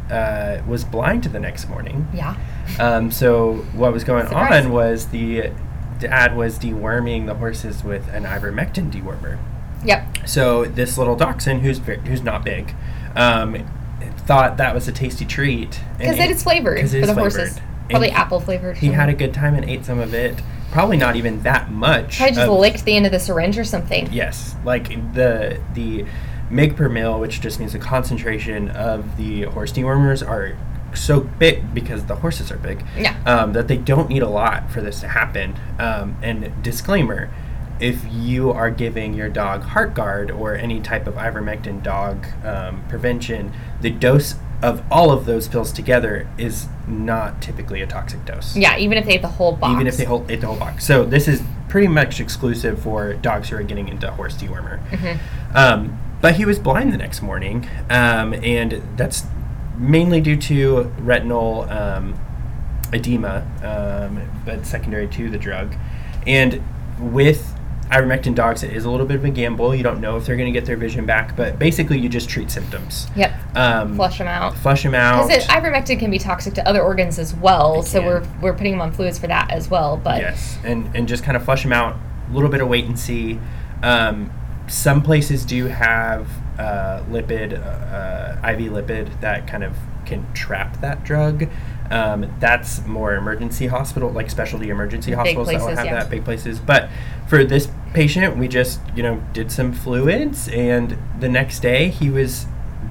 [SPEAKER 2] uh, was blind the next morning.
[SPEAKER 1] Yeah.
[SPEAKER 2] Um, so what was going
[SPEAKER 1] Surprise.
[SPEAKER 2] on was the dad was deworming the horses with an ivermectin dewormer.
[SPEAKER 1] Yep.
[SPEAKER 2] So this little dachshund, who's ve- who's not big, um, thought that was a tasty treat and
[SPEAKER 1] Because it
[SPEAKER 2] ate-
[SPEAKER 1] is flavored
[SPEAKER 2] 'cause it
[SPEAKER 1] for
[SPEAKER 2] is
[SPEAKER 1] the
[SPEAKER 2] flavored.
[SPEAKER 1] horses.
[SPEAKER 2] And
[SPEAKER 1] Probably
[SPEAKER 2] he-
[SPEAKER 1] apple flavored.
[SPEAKER 2] He had a good time and ate some of it. Probably not even that much.
[SPEAKER 1] Probably just
[SPEAKER 2] of-
[SPEAKER 1] licked the end of the syringe or something.
[SPEAKER 2] Yes, like the the mg per mil, which just means the concentration of the horse dewormers are so big because the horses are big
[SPEAKER 1] Yeah.
[SPEAKER 2] um, that they don't need a lot for this to happen. Um, and disclaimer. If you are giving your dog heart guard or any type of ivermectin dog um, prevention, the dose of all of those pills together is not typically a toxic dose
[SPEAKER 1] Yeah, even if they ate the whole box.
[SPEAKER 2] even if they hold it the whole box. So this is pretty much exclusive for dogs who are getting into horse dewormer.
[SPEAKER 1] Mm-hmm.
[SPEAKER 2] Um, but he was blind the next morning, um, and that's mainly due to retinal um, edema, um, but secondary to the drug. And with ivermectin dogs, it is a little bit of a gamble. You don't know if they're going to get their vision back, but basically, you just treat symptoms.
[SPEAKER 1] Yep.
[SPEAKER 2] Um,
[SPEAKER 1] Flush them out.
[SPEAKER 2] Flush them out.
[SPEAKER 1] Because ivermectin can be toxic to other organs as well,
[SPEAKER 2] It
[SPEAKER 1] so
[SPEAKER 2] can.
[SPEAKER 1] we're we're putting them on fluids for that as well. But
[SPEAKER 2] Yes, and and just kind of flush them out. A little bit of wait and see. Um, some places do have uh, lipid, uh, IV lipid that kind of can trap that drug. Um, that's more emergency hospital, like specialty emergency
[SPEAKER 1] Big
[SPEAKER 2] hospitals that will
[SPEAKER 1] places,
[SPEAKER 2] have
[SPEAKER 1] yeah.
[SPEAKER 2] that big places. But for this patient, we just you know did some fluids, and the next day he was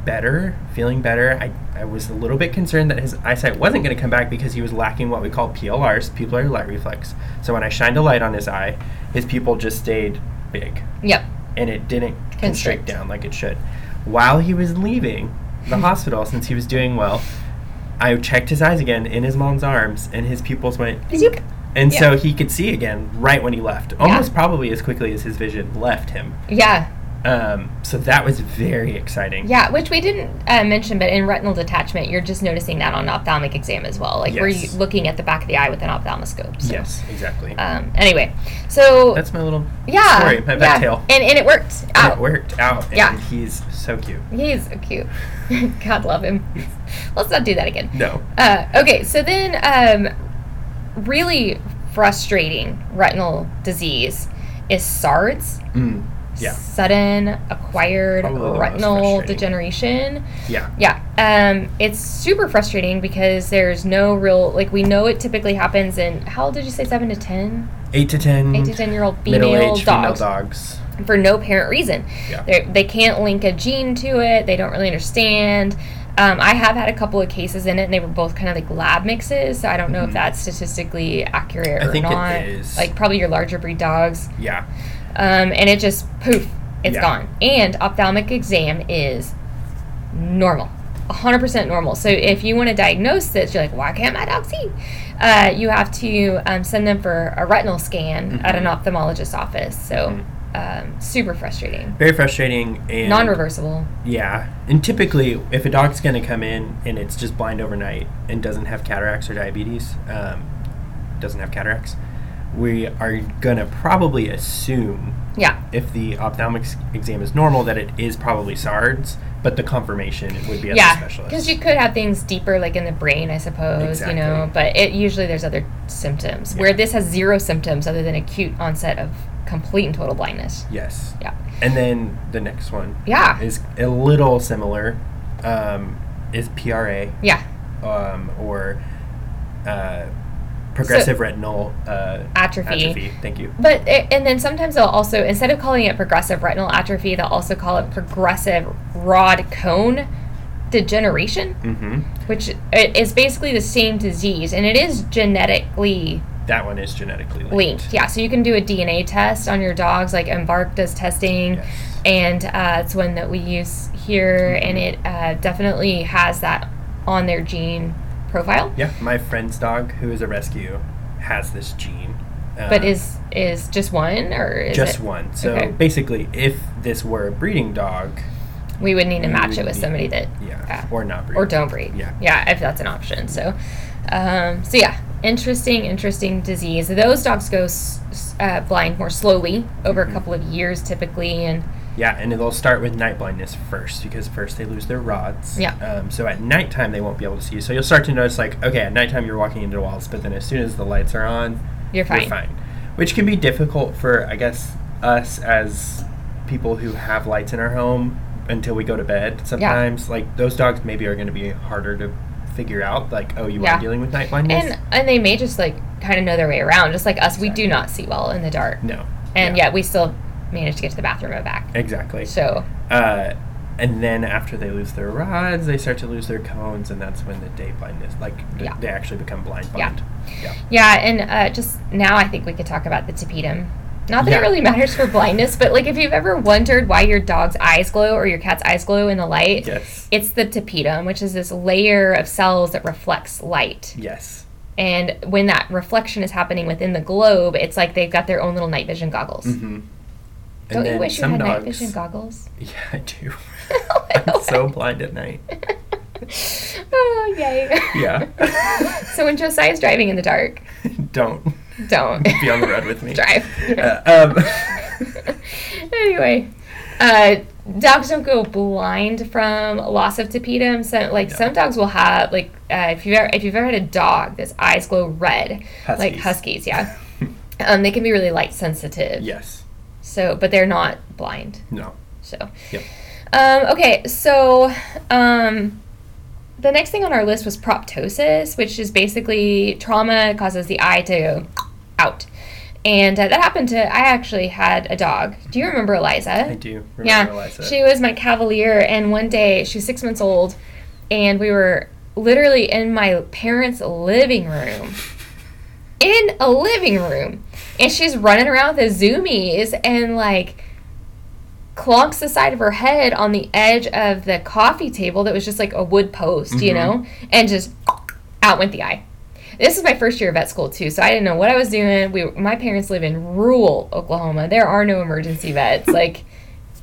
[SPEAKER 2] better, feeling better. I, I was a little bit concerned that his eyesight wasn't going to come back because he was lacking what we call PLRs, pupillary light reflex. So when I shined a light on his eye, his pupil just stayed big
[SPEAKER 1] yep,
[SPEAKER 2] and it didn't constrict
[SPEAKER 1] Constrict.
[SPEAKER 2] down like it should. While he was leaving
[SPEAKER 1] <laughs>
[SPEAKER 2] the hospital, since he was doing well, I checked his eyes again in his mom's arms and his pupils went
[SPEAKER 1] Zoop.
[SPEAKER 2] and
[SPEAKER 1] Yeah.
[SPEAKER 2] so he could see again right when he left, almost probably as quickly as his vision left him.
[SPEAKER 1] yeah,
[SPEAKER 2] Um, so that was very exciting.
[SPEAKER 1] yeah. Which we didn't uh, mention, but in retinal detachment, you're just noticing that on ophthalmic exam as well. Like we're
[SPEAKER 2] Yes.
[SPEAKER 1] u- looking at the back of the eye with an ophthalmoscope. So.
[SPEAKER 2] Yes, exactly.
[SPEAKER 1] Um, anyway, so
[SPEAKER 2] That's my little
[SPEAKER 1] yeah,
[SPEAKER 2] story, my
[SPEAKER 1] yeah.
[SPEAKER 2] vet tail.
[SPEAKER 1] and and it worked
[SPEAKER 2] And it
[SPEAKER 1] out.
[SPEAKER 2] worked out. And
[SPEAKER 1] Yeah.
[SPEAKER 2] he's so cute.
[SPEAKER 1] He's so cute. <laughs> God love him. <laughs> Let's not do that again.
[SPEAKER 2] No.
[SPEAKER 1] Uh, okay, so then um, really frustrating retinal disease is SARDS,
[SPEAKER 2] Mm. Yeah.
[SPEAKER 1] sudden acquired
[SPEAKER 2] Probably the most
[SPEAKER 1] retinal
[SPEAKER 2] frustrating.
[SPEAKER 1] degeneration.
[SPEAKER 2] Yeah.
[SPEAKER 1] Yeah, um, it's super frustrating because there's no real like we know it typically happens in how old did you say seven to ten?
[SPEAKER 2] Eight to ten.
[SPEAKER 1] Eight to ten year old female
[SPEAKER 2] middle-aged Mm-hmm. female
[SPEAKER 1] dogs
[SPEAKER 2] dogs.
[SPEAKER 1] for no apparent reason.
[SPEAKER 2] Yeah.
[SPEAKER 1] They're, they can't link a gene to it. They don't really understand. Um, I have had a couple of cases in it, and they were both kind of like lab mixes. So I don't know if
[SPEAKER 2] Mhm.
[SPEAKER 1] that's statistically accurate
[SPEAKER 2] I
[SPEAKER 1] or
[SPEAKER 2] think it
[SPEAKER 1] not.
[SPEAKER 2] is.
[SPEAKER 1] Like probably your larger breed dogs,
[SPEAKER 2] Yeah.
[SPEAKER 1] um, and it just poof, it's
[SPEAKER 2] Yeah.
[SPEAKER 1] gone. And ophthalmic exam is normal. 100% normal. So if you want to diagnose this, you're like, why can't my dog see? Uh, you have to um, send them for a retinal scan at an
[SPEAKER 2] Mm-hmm.
[SPEAKER 1] ophthalmologist's office. So um, super frustrating
[SPEAKER 2] Very frustrating Mm-hmm. and
[SPEAKER 1] non-reversible.
[SPEAKER 2] Yeah. And typically if a dog's gonna come in and it's just blind overnight and doesn't have cataracts or diabetes, um, doesn't have cataracts, we are gonna probably assume
[SPEAKER 1] Yeah.
[SPEAKER 2] if the ophthalmic s- exam is normal that it is probably SARDS, but the confirmation would be at the
[SPEAKER 1] yeah.
[SPEAKER 2] specialist.
[SPEAKER 1] Because you could have things deeper, like in the brain, I suppose, you know,
[SPEAKER 2] Exactly.
[SPEAKER 1] but it usually there's other symptoms. Where
[SPEAKER 2] Yeah.
[SPEAKER 1] this has zero symptoms other than acute onset of complete and total blindness.
[SPEAKER 2] yes.
[SPEAKER 1] Yeah.
[SPEAKER 2] And then the next one
[SPEAKER 1] Yeah.
[SPEAKER 2] is a little similar. Um, is PRA
[SPEAKER 1] Yeah.
[SPEAKER 2] um, or uh, progressive retinal uh,
[SPEAKER 1] Atrophy.
[SPEAKER 2] Thank you.
[SPEAKER 1] But it, and then sometimes they'll also instead of calling it progressive retinal atrophy, they'll also call it progressive rod cone degeneration,
[SPEAKER 2] hmm
[SPEAKER 1] which i- is basically the same disease, and it is genetically
[SPEAKER 2] That one is genetically linked.
[SPEAKER 1] linked. Yeah, so you can do a DNA test on your dogs, like Embark does testing,
[SPEAKER 2] Yes. Mm-hmm.
[SPEAKER 1] and uh, it's one that we use here, and it uh, definitely has that on their gene profile,
[SPEAKER 2] Yeah, my friend's dog, who is a rescue, has this gene. Um,
[SPEAKER 1] but is is just one or is
[SPEAKER 2] just
[SPEAKER 1] it,
[SPEAKER 2] one. So
[SPEAKER 1] Okay.
[SPEAKER 2] basically, if this were a breeding dog,
[SPEAKER 1] we would need to
[SPEAKER 2] We
[SPEAKER 1] match
[SPEAKER 2] would
[SPEAKER 1] it with
[SPEAKER 2] need-
[SPEAKER 1] somebody that
[SPEAKER 2] yeah,
[SPEAKER 1] Yeah.
[SPEAKER 2] or not breed.
[SPEAKER 1] Ah. or don't breed.
[SPEAKER 2] Yeah.
[SPEAKER 1] yeah, if that's an option. So, um, so yeah, interesting, interesting disease. Those dogs go s- s- uh, blind more slowly over a
[SPEAKER 2] Mhm.
[SPEAKER 1] couple of years typically, and
[SPEAKER 2] Yeah, and they'll start with night blindness first because first they lose their rods.
[SPEAKER 1] Yeah.
[SPEAKER 2] Um, so at nighttime they won't be able to see you. So you'll start to notice like, okay, at nighttime you're walking into walls, but then as soon as the lights are on,
[SPEAKER 1] you're fine.
[SPEAKER 2] you're fine. Which can be difficult for I guess us as people who have lights in our home until we go to bed sometimes. Like those dogs maybe are gonna be harder to figure out, like, oh you
[SPEAKER 1] Yeah.
[SPEAKER 2] are dealing with night blindness.
[SPEAKER 1] And and they may just like kind of know their way around, just like us. We
[SPEAKER 2] Exactly.
[SPEAKER 1] do not see well in the dark,
[SPEAKER 2] no.
[SPEAKER 1] and
[SPEAKER 2] Yeah.
[SPEAKER 1] yet we still manage to get to the bathroom and back.
[SPEAKER 2] Exactly.
[SPEAKER 1] So
[SPEAKER 2] Uh, and then after they lose their rods, they start to lose their cones, and that's when the day blindness, like th-
[SPEAKER 1] Yeah.
[SPEAKER 2] they actually become blind
[SPEAKER 1] Yeah.
[SPEAKER 2] blind. Yeah.
[SPEAKER 1] yeah, and uh, just now I think we could talk about the tapetum. Not that
[SPEAKER 2] Yeah.
[SPEAKER 1] it really matters for blindness, but like if you've ever wondered why your dog's eyes glow or your cat's eyes glow in the light,
[SPEAKER 2] Yes.
[SPEAKER 1] It's the tapetum, which is this layer of cells that reflects light.
[SPEAKER 2] Yes.
[SPEAKER 1] And when that reflection is happening within the globe, it's like they've got their own little night vision goggles.
[SPEAKER 2] Mm-hmm.
[SPEAKER 1] Don't you wish you had night vision goggles?
[SPEAKER 2] <laughs>
[SPEAKER 1] <laughs>
[SPEAKER 2] Yeah, I do.
[SPEAKER 1] Oh my
[SPEAKER 2] I'm so
[SPEAKER 1] God.
[SPEAKER 2] blind at night.
[SPEAKER 1] oh, yay.
[SPEAKER 2] Yeah.
[SPEAKER 1] <laughs> so when Josiah's driving in the dark,
[SPEAKER 2] Don't
[SPEAKER 1] don't.
[SPEAKER 2] be on the road with
[SPEAKER 1] <laughs>
[SPEAKER 2] me.
[SPEAKER 1] Drive.
[SPEAKER 2] Uh, um, <laughs>
[SPEAKER 1] <laughs> anyway, uh, dogs don't go blind from loss of tapetum. So, like
[SPEAKER 2] No.
[SPEAKER 1] some dogs will have like uh, if you've ever, if you've ever had a dog that's eyes glow red, like
[SPEAKER 2] Huskies.
[SPEAKER 1] huskies, yeah, um, they can be really light sensitive.
[SPEAKER 2] yes.
[SPEAKER 1] So, but they're not blind.
[SPEAKER 2] No.
[SPEAKER 1] So.
[SPEAKER 2] Yep.
[SPEAKER 1] Um, okay, so um, the next thing on our list was proptosis, which is basically trauma causes the eye to go out. And uh, that happened to, I actually had a dog. Do you remember Eliza?
[SPEAKER 2] I do remember
[SPEAKER 1] yeah,
[SPEAKER 2] Eliza.
[SPEAKER 1] she was my cavalier, and one day she was six months old, and we were literally in my parents' living room, in a living room, and she's running around with the zoomies and like clonks the side of her head on the edge of the coffee table that was just like a wood post, you
[SPEAKER 2] Mhm.
[SPEAKER 1] know, and just out went the eye. This is my first year of vet school too, so I didn't know what I was doing. We, my parents live in rural Oklahoma. There are no emergency
[SPEAKER 2] <laughs>
[SPEAKER 1] vets. Like,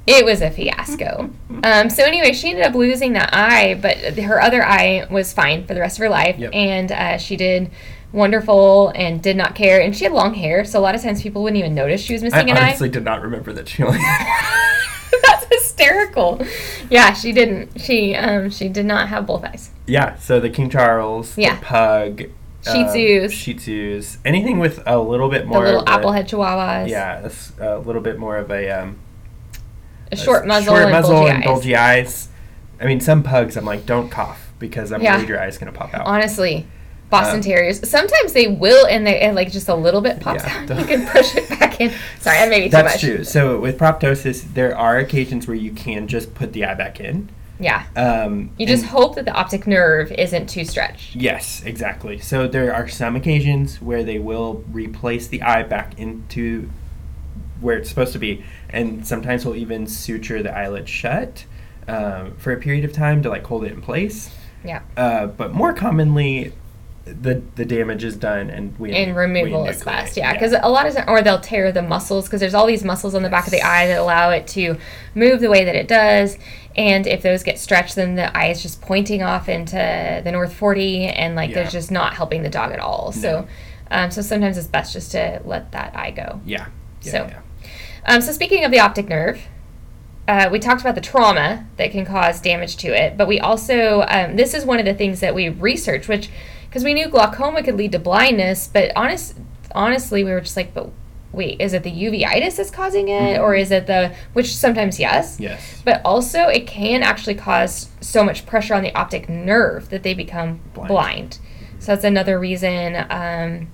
[SPEAKER 1] it was a fiasco. Um, so anyway, she ended up losing that eye, but her other eye was fine for the rest of her life,
[SPEAKER 2] Yep.
[SPEAKER 1] and uh, she did wonderful and did not care. And she had long hair, so a lot of times people wouldn't even notice she was
[SPEAKER 2] I
[SPEAKER 1] missing an eye.
[SPEAKER 2] honestly did not remember that she only.
[SPEAKER 1] <laughs> That's hysterical. Yeah, she didn't. She um she did not have both eyes.
[SPEAKER 2] <laughs> Yeah, so the King Charles,
[SPEAKER 1] Yeah.
[SPEAKER 2] the Pug, Shih
[SPEAKER 1] Tzus.
[SPEAKER 2] Shih Tzus, anything with a little bit
[SPEAKER 1] The
[SPEAKER 2] more.
[SPEAKER 1] little
[SPEAKER 2] of a-
[SPEAKER 1] applehead chihuahuas.
[SPEAKER 2] Yeah, a s- a little bit more of a, um,
[SPEAKER 1] A
[SPEAKER 2] a
[SPEAKER 1] short
[SPEAKER 2] s-
[SPEAKER 1] muzzle
[SPEAKER 2] short
[SPEAKER 1] and
[SPEAKER 2] muzzle
[SPEAKER 1] bulgy
[SPEAKER 2] and
[SPEAKER 1] eyes.
[SPEAKER 2] bulgy eyes. I mean, some pugs, I'm like, don't cough because I'm
[SPEAKER 1] Yeah.
[SPEAKER 2] worried your eye's gonna pop out.
[SPEAKER 1] Honestly, Boston
[SPEAKER 2] Um,
[SPEAKER 1] Terriers. Sometimes they will, and they and like just a little bit pops
[SPEAKER 2] Yeah,
[SPEAKER 1] out.
[SPEAKER 2] the-
[SPEAKER 1] You can push it back in. Sorry, that may be too
[SPEAKER 2] That's
[SPEAKER 1] much.
[SPEAKER 2] true. So with proptosis, there are occasions where you can just put the eye back in.
[SPEAKER 1] Yeah,
[SPEAKER 2] Um,
[SPEAKER 1] you just
[SPEAKER 2] and-
[SPEAKER 1] hope that the optic nerve isn't too stretched.
[SPEAKER 2] Yes, exactly. So there are some occasions where they will replace the eye back into where it's supposed to be, and sometimes we'll even suture the eyelid shut um, for a period of time to like hold it in place.
[SPEAKER 1] Yeah,
[SPEAKER 2] Uh, but more commonly, the the damage is done, and we
[SPEAKER 1] and
[SPEAKER 2] we
[SPEAKER 1] removal is
[SPEAKER 2] enucleate.
[SPEAKER 1] fast. Yeah, because a lot of ti- or they'll tear the muscles because there's all these muscles on the back of the
[SPEAKER 2] Yes.
[SPEAKER 1] eye that allow it to move the way that it does. And if those get stretched, then the eye is just pointing off into the North 40, and like
[SPEAKER 2] Yeah.
[SPEAKER 1] there's just not helping the dog at all. So, Um, so sometimes it's best just to let that eye go.
[SPEAKER 2] Yeah. Yeah.
[SPEAKER 1] So-
[SPEAKER 2] yeah.
[SPEAKER 1] Um, so speaking of the optic nerve, uh, we talked about the trauma that can cause damage to it, but we also um, this is one of the things that we researched, which because we knew glaucoma could lead to blindness, but honest honestly, we were just like, but wait, is it the uveitis that's causing it, or is it the which sometimes yes,
[SPEAKER 2] Yes.
[SPEAKER 1] but also it can actually cause so much pressure on the optic nerve that they become
[SPEAKER 2] Blind.
[SPEAKER 1] blind. So that's another reason. Um,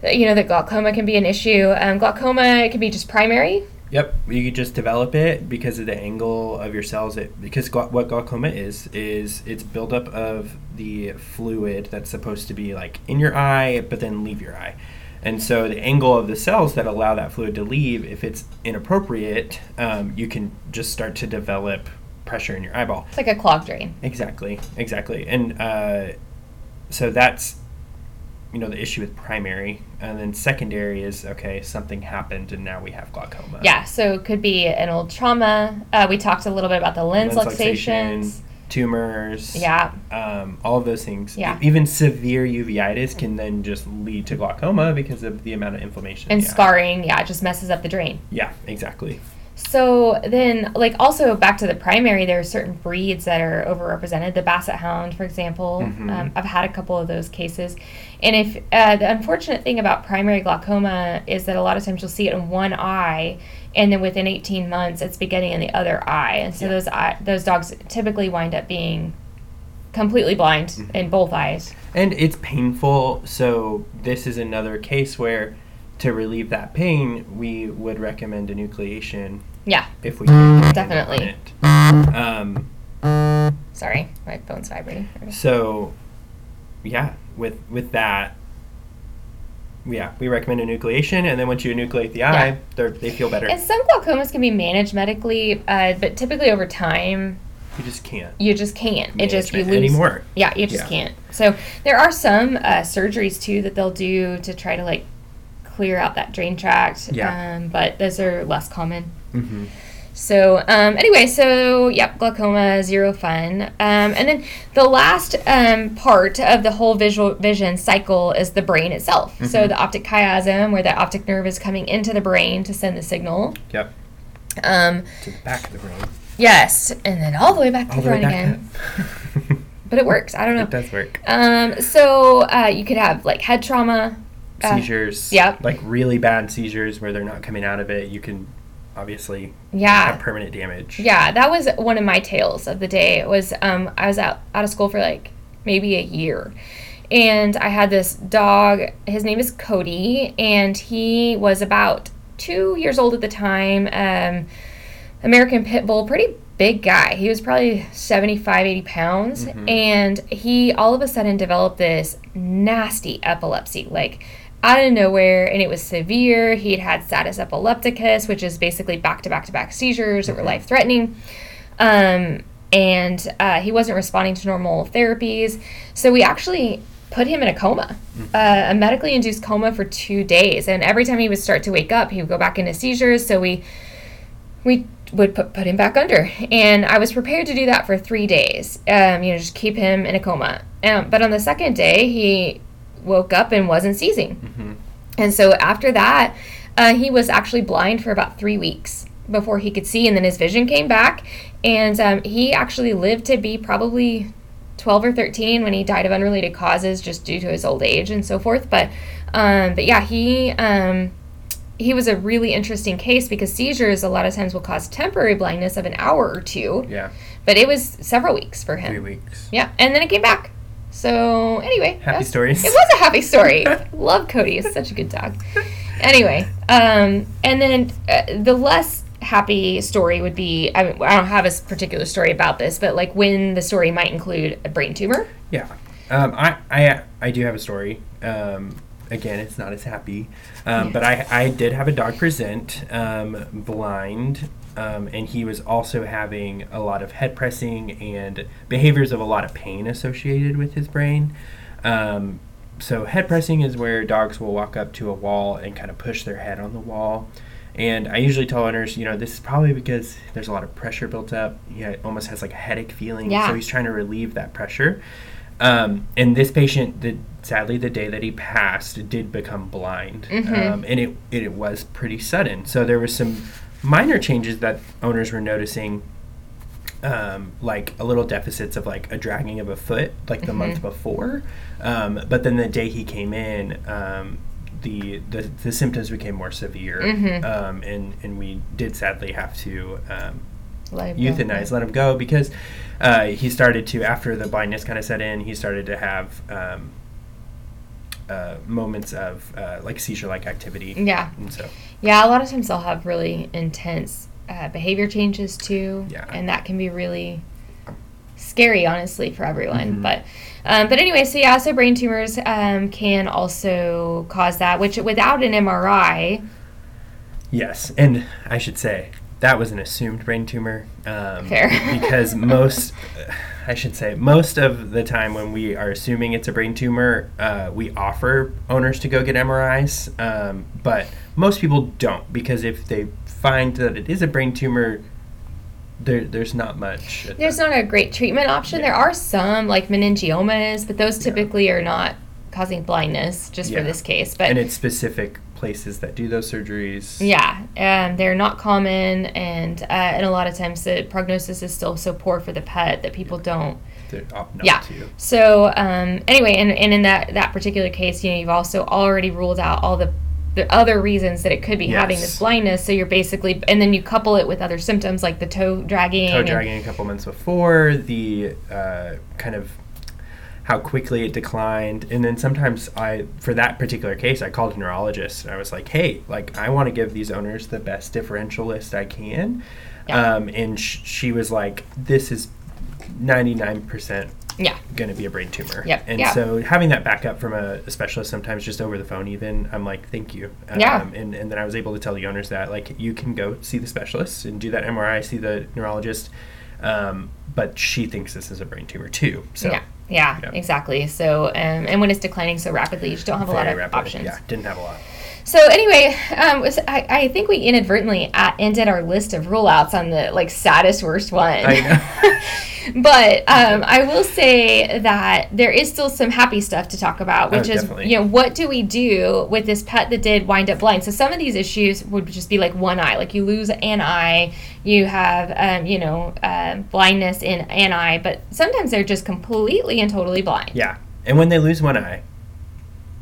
[SPEAKER 1] that, you know that glaucoma can be an issue. Um, glaucoma it can be just primary,
[SPEAKER 2] Yep, you could just develop it because of the angle of your cells. It because glau- what glaucoma is is it's buildup of the fluid that's supposed to be like in your eye, but then leave your eye, and so the angle of the cells that allow that fluid to leave, if it's inappropriate, um, you can just start to develop pressure in your eyeball.
[SPEAKER 1] it's like a clog drain.
[SPEAKER 2] Exactly, exactly, and uh, so that's you know the issue with primary, and then secondary is okay, something happened, and now we have glaucoma.
[SPEAKER 1] Yeah, so it could be an old trauma. Uh, we talked a little bit about the lens, luxations.
[SPEAKER 2] tumors.
[SPEAKER 1] Yeah,
[SPEAKER 2] Um, all of those things.
[SPEAKER 1] Yeah.
[SPEAKER 2] E- Even severe uveitis can then just lead to glaucoma because of the amount of inflammation.
[SPEAKER 1] and
[SPEAKER 2] yeah.
[SPEAKER 1] scarring. Yeah, it just messes up the drain.
[SPEAKER 2] Yeah, exactly.
[SPEAKER 1] So then, like, also back to the primary, there are certain breeds that are overrepresented. The Basset Hound, for example,
[SPEAKER 2] Mhm.
[SPEAKER 1] um, I've had a couple of those cases. And if uh, the unfortunate thing about primary glaucoma is that a lot of times you'll see it in one eye, and then within 18 months, it's beginning in the other eye. And so
[SPEAKER 2] Yeah.
[SPEAKER 1] those eye, those dogs typically wind up being completely blind in both eyes.
[SPEAKER 2] And it's painful. So, this is another case where to relieve that pain, we would recommend enucleation
[SPEAKER 1] Yeah,
[SPEAKER 2] if we can.
[SPEAKER 1] Definitely.
[SPEAKER 2] it. Um,
[SPEAKER 1] sorry, my phone's vibrating.
[SPEAKER 2] So, yeah, with with that, yeah, we recommend enucleation, and then once you enucleate the eye,
[SPEAKER 1] Yeah.
[SPEAKER 2] they're they feel better.
[SPEAKER 1] And some glaucomas can be managed medically, uh, but typically over time,
[SPEAKER 2] you just can't.
[SPEAKER 1] you just can't. It just you
[SPEAKER 2] manage
[SPEAKER 1] lose
[SPEAKER 2] anymore.
[SPEAKER 1] Yeah, you just
[SPEAKER 2] Yeah.
[SPEAKER 1] can't. So there are some uh, surgeries too that they'll do to try to like clear out that drain tract.
[SPEAKER 2] Yeah.
[SPEAKER 1] Um, but those are less common.
[SPEAKER 2] Mm-hmm.
[SPEAKER 1] So um, anyway, so yep, glaucoma zero fun. Um, and then the last um, part of the whole visual vision cycle is the brain itself.
[SPEAKER 2] Mm-hmm.
[SPEAKER 1] So the optic chiasm, where the optic nerve is coming into the brain to send the signal.
[SPEAKER 2] Yep.
[SPEAKER 1] Um,
[SPEAKER 2] To the back of the brain,
[SPEAKER 1] yes, and then all the way back to
[SPEAKER 2] all
[SPEAKER 1] the
[SPEAKER 2] the way
[SPEAKER 1] brain
[SPEAKER 2] back.
[SPEAKER 1] again.
[SPEAKER 2] up.
[SPEAKER 1] But it works. I don't know.
[SPEAKER 2] <laughs> it does work.
[SPEAKER 1] Um, so uh, you could have like head trauma. uh,
[SPEAKER 2] seizures.
[SPEAKER 1] yep.
[SPEAKER 2] Like really bad seizures where they're not coming out of it. You can obviously
[SPEAKER 1] Yeah.
[SPEAKER 2] have permanent damage.
[SPEAKER 1] Yeah, that was one of my tales of the day. It was um, I was out out of school for like maybe a year, and I had this dog. His name is Cody, and he was about two years old at the time. Um, American Pit Bull, pretty big guy. He was probably 75, 80 pounds. And he all of a sudden developed this nasty epilepsy, like out of nowhere. And it was severe. He had had status epilepticus, which is basically back to back to back seizures that were life threatening. Um, and uh, he wasn't responding to normal therapies. So we actually put him in a coma, uh, a medically induced coma for two days. And every time he would start to wake up, he would go back into seizures. So we we would put, put him back under. And I was prepared to do that for three days, um, you know, just keep him in a coma. Um, but on the second day, he woke up and wasn't seizing. And so after that, uh, he was actually blind for about three weeks before he could see. And then his vision came back. And um, he actually lived to be probably 12 or 13 when he died of unrelated causes just due to his old age and so forth. But, um, but yeah, he. Um, he was a really interesting case because seizures a lot of times will cause temporary blindness of an hour or two,
[SPEAKER 2] Yeah.
[SPEAKER 1] but it was several weeks for
[SPEAKER 2] Three
[SPEAKER 1] him.
[SPEAKER 2] weeks.
[SPEAKER 1] Yeah, and then it came back. So anyway,
[SPEAKER 2] Happy
[SPEAKER 1] that's-
[SPEAKER 2] stories.
[SPEAKER 1] It was a happy
[SPEAKER 2] <laughs>
[SPEAKER 1] story. Love Cody; he's such a good dog. Anyway, um, and then uh, the less happy story would be I, mean, I don't have a s- particular story about this, but like when the story might include a brain tumor.
[SPEAKER 2] Yeah. Um, I, I I do have a story. Um, again, it's not as happy, um, but I, I did have a dog present um, blind, um, and he was also having a lot of head pressing and behaviors of a lot of pain associated with his brain. Um, so head pressing is where dogs will walk up to a wall and kind of push their head on the wall. And I usually tell owners, you know, this is probably because there's a lot of pressure built up. He almost has like a headache feeling,
[SPEAKER 1] Yeah.
[SPEAKER 2] so he's trying to relieve that pressure. Um, and this patient, the, sadly, the day that he passed, did become blind, um, and it it was pretty sudden. So there was some minor changes that owners were noticing, um, like a little deficits of like a dragging of a foot, like the month before. Um, but then the day he came in, um, the, the the symptoms became more severe, um, and and we did sadly have to um,
[SPEAKER 1] Like,
[SPEAKER 2] euthanize, let him go because uh, he started to after the blindness kind of set in, he started to have um, uh, moments of uh, like seizure-like activity.
[SPEAKER 1] Yeah.
[SPEAKER 2] And so
[SPEAKER 1] Yeah, a lot of times they'll have really intense uh, behavior changes too,
[SPEAKER 2] Yeah.
[SPEAKER 1] and that can be really scary, honestly, for everyone.
[SPEAKER 2] Mm-hmm.
[SPEAKER 1] But, um, but anyway, so yeah, so brain tumors um, can also cause that, which without an MRI,
[SPEAKER 2] yes, and I should say that was an assumed brain tumor. Um,
[SPEAKER 1] Fair. <laughs>
[SPEAKER 2] because most, I should say, most of the time when we are assuming it's a brain tumor, uh, we offer owners to go get MRIs, um, but most people don't because if they find that it is a brain tumor. There, there's not much. at
[SPEAKER 1] there's not a great treatment option.
[SPEAKER 2] Yeah.
[SPEAKER 1] There are some like meningiomas, but those typically are not causing blindness just
[SPEAKER 2] Yeah.
[SPEAKER 1] for this case. But
[SPEAKER 2] and it's specific places that do those surgeries.
[SPEAKER 1] Yeah, um, they're not common, and uh, and a lot of times the prognosis is still so poor for the pet that people don't.
[SPEAKER 2] They opt not
[SPEAKER 1] Yeah.
[SPEAKER 2] to.
[SPEAKER 1] So um, anyway, and, and in that that particular case, you know, you've also already ruled out all the the other reasons that it could be having
[SPEAKER 2] Yes.
[SPEAKER 1] this blindness. So you're basically, and then you couple it with other symptoms like the toe dragging.
[SPEAKER 2] Toe
[SPEAKER 1] and-
[SPEAKER 2] dragging a couple months before, the uh, kind of how quickly it declined. And then sometimes I, for that particular case, I called a neurologist and I was like, hey, like, I want to give these owners the best differential list I can.
[SPEAKER 1] Yeah.
[SPEAKER 2] Um, and sh- she was like, this is 99%
[SPEAKER 1] yeah,
[SPEAKER 2] going to be a brain tumor.
[SPEAKER 1] Yep.
[SPEAKER 2] And
[SPEAKER 1] Yeah.
[SPEAKER 2] so having that backup from a, a specialist sometimes just over the phone, even I'm like, thank you. Um,
[SPEAKER 1] Yeah.
[SPEAKER 2] And, and then I was able to tell the owners that like you can go see the specialist and do that MRI, see the neurologist. Um, but she thinks this is a brain tumor too. So
[SPEAKER 1] yeah, yeah,
[SPEAKER 2] Yeah.
[SPEAKER 1] exactly. So um, and when it's declining so rapidly, you just don't have a lot
[SPEAKER 2] very
[SPEAKER 1] of
[SPEAKER 2] rapidly.
[SPEAKER 1] options.
[SPEAKER 2] Yeah. Didn't have a lot.
[SPEAKER 1] So anyway, um, was, I, I think we inadvertently uh, ended our list of rule outs on the like saddest worst one.
[SPEAKER 2] I know.
[SPEAKER 1] <laughs> but um, I will say that there is still some happy stuff to talk about, which
[SPEAKER 2] Oh,
[SPEAKER 1] is
[SPEAKER 2] definitely.
[SPEAKER 1] you know what do we do with this pet that did wind up blind? So some of these issues would just be like one eye, like you lose an eye, you have um, you know um blindness in an eye, but sometimes they're just completely and totally blind.
[SPEAKER 2] yeah. And when they lose one eye,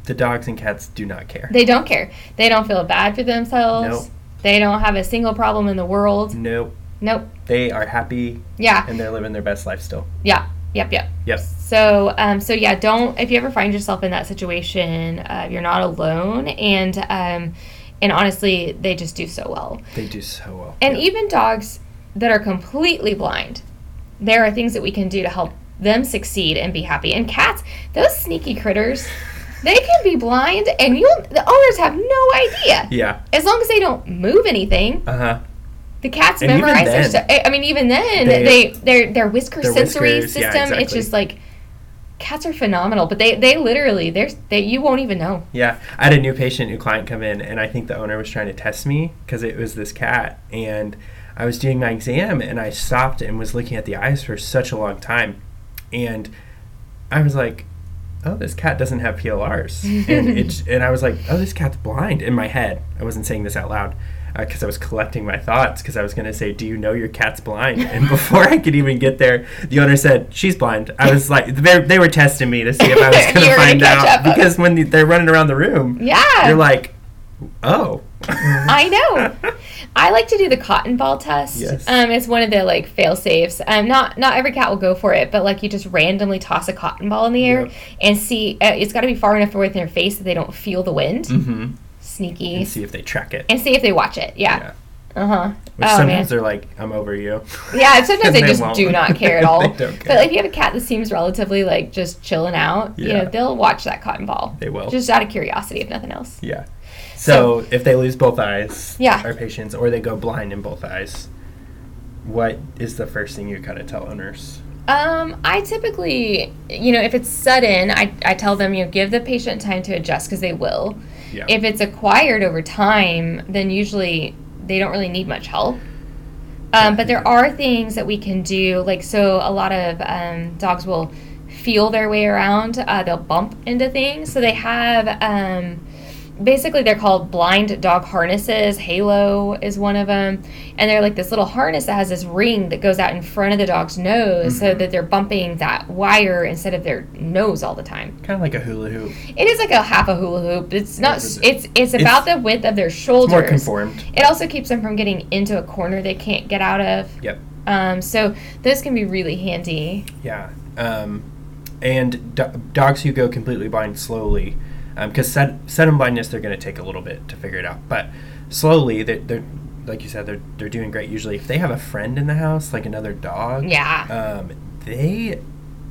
[SPEAKER 2] the dogs and cats do not care.
[SPEAKER 1] They don't care. They don't feel bad for themselves.
[SPEAKER 2] Nope.
[SPEAKER 1] They don't have a single problem in the world.
[SPEAKER 2] nope.
[SPEAKER 1] Nope.
[SPEAKER 2] They are happy
[SPEAKER 1] Yeah.
[SPEAKER 2] and they're living their best life still.
[SPEAKER 1] Yeah. Yep. Yep.
[SPEAKER 2] Yep.
[SPEAKER 1] So, um, so yeah, don't if you ever find yourself in that situation, uh, you're not alone, and um, and honestly, they just do so well.
[SPEAKER 2] They do so well.
[SPEAKER 1] And
[SPEAKER 2] Yeah.
[SPEAKER 1] even dogs that are completely blind, there are things that we can do to help them succeed and be happy. And cats, those sneaky critters, they can be blind, and you will the owners have no idea.
[SPEAKER 2] yeah.
[SPEAKER 1] As long as they don't move anything,
[SPEAKER 2] Uh huh.
[SPEAKER 1] the cats
[SPEAKER 2] And even
[SPEAKER 1] memorize their
[SPEAKER 2] then-
[SPEAKER 1] stuff. I I mean, even then, they,
[SPEAKER 2] They-
[SPEAKER 1] they their their whisker
[SPEAKER 2] Their
[SPEAKER 1] sensory
[SPEAKER 2] whiskers,
[SPEAKER 1] system.
[SPEAKER 2] yeah,
[SPEAKER 1] It's
[SPEAKER 2] exactly.
[SPEAKER 1] just like cats are phenomenal, but they they literally there's they you won't even know.
[SPEAKER 2] Yeah, I had a new patient, new client come in, and I think the owner was trying to test me because it was this cat. And I was doing my exam, and I stopped and was looking at the eyes for such a long time. And I was like, oh, this cat doesn't have PLRs.
[SPEAKER 1] <laughs>
[SPEAKER 2] and, it, and I was like, oh, this cat's blind in my head. I wasn't saying this out loud because I was collecting my thoughts because I was going to say, do you know your cat's blind?
[SPEAKER 1] <laughs>
[SPEAKER 2] And before I could even get there, the owner said, she's blind. I was like, they, they were testing me to see
[SPEAKER 1] <laughs>
[SPEAKER 2] if I was going
[SPEAKER 1] You were
[SPEAKER 2] to
[SPEAKER 1] gonna
[SPEAKER 2] find
[SPEAKER 1] catch
[SPEAKER 2] out
[SPEAKER 1] up.
[SPEAKER 2] because when they're running around the room,
[SPEAKER 1] Yeah,
[SPEAKER 2] you're like, oh.
[SPEAKER 1] I
[SPEAKER 2] <laughs>
[SPEAKER 1] know. I like to do the cotton ball test.
[SPEAKER 2] Yes.
[SPEAKER 1] Um, it's one of the like fail safes. Um, not not every cat will go for it, but like you just randomly toss a cotton ball in the air
[SPEAKER 2] Yep.
[SPEAKER 1] and see. Uh, it's got to be far enough away from their face that they don't feel the wind.
[SPEAKER 2] mm-hmm.
[SPEAKER 1] Sneaky.
[SPEAKER 2] And see if they track it.
[SPEAKER 1] And see if they watch it.
[SPEAKER 2] Yeah.
[SPEAKER 1] Yeah. Uh huh.
[SPEAKER 2] Which sometimes they're like, I'm over you.
[SPEAKER 1] Yeah, and sometimes
[SPEAKER 2] <laughs> And
[SPEAKER 1] they,
[SPEAKER 2] they
[SPEAKER 1] just
[SPEAKER 2] won't.
[SPEAKER 1] do not care at all.
[SPEAKER 2] <laughs> They don't care.
[SPEAKER 1] But if you have a cat that seems relatively like just chilling out, you
[SPEAKER 2] Yeah.
[SPEAKER 1] know, they'll watch that cotton ball.
[SPEAKER 2] They will.
[SPEAKER 1] Just out of curiosity, if nothing else.
[SPEAKER 2] yeah. So, if they lose both eyes,
[SPEAKER 1] Yeah.
[SPEAKER 2] our patients, or they go blind in both eyes, what is the first thing you kind of tell owners?
[SPEAKER 1] Um, I typically, you know, if it's sudden, I, I tell them, you know, give the patient time to adjust because they will.
[SPEAKER 2] Yeah.
[SPEAKER 1] If it's acquired over time, then usually they don't really need much help. Um, but there are things that we can do, like so. A lot of um, dogs will feel their way around. Uh, they'll bump into things. So they have um, basically they're called blind dog harnesses. Halo is one of them, and they're like this little harness that has this ring that goes out in front of the dog's nose, so that they're bumping that wire instead of their nose all the time.
[SPEAKER 2] Kind of like a hula hoop.
[SPEAKER 1] It is like a half a hula hoop. It's not.
[SPEAKER 2] This is-
[SPEAKER 1] It's it's about the width of their shoulders.
[SPEAKER 2] It's more conformed.
[SPEAKER 1] It also keeps them from getting into a corner they can't get out of.
[SPEAKER 2] Yep.
[SPEAKER 1] Um, so those can be really handy.
[SPEAKER 2] Yeah. Um, and do- dogs who go completely blind slowly, because sed- sudden blindness, they're going to take a little bit to figure it out. But slowly, they're, they're like you said, they're, they're doing great. Usually, if they have a friend in the house, like another dog,
[SPEAKER 1] Yeah.
[SPEAKER 2] um, they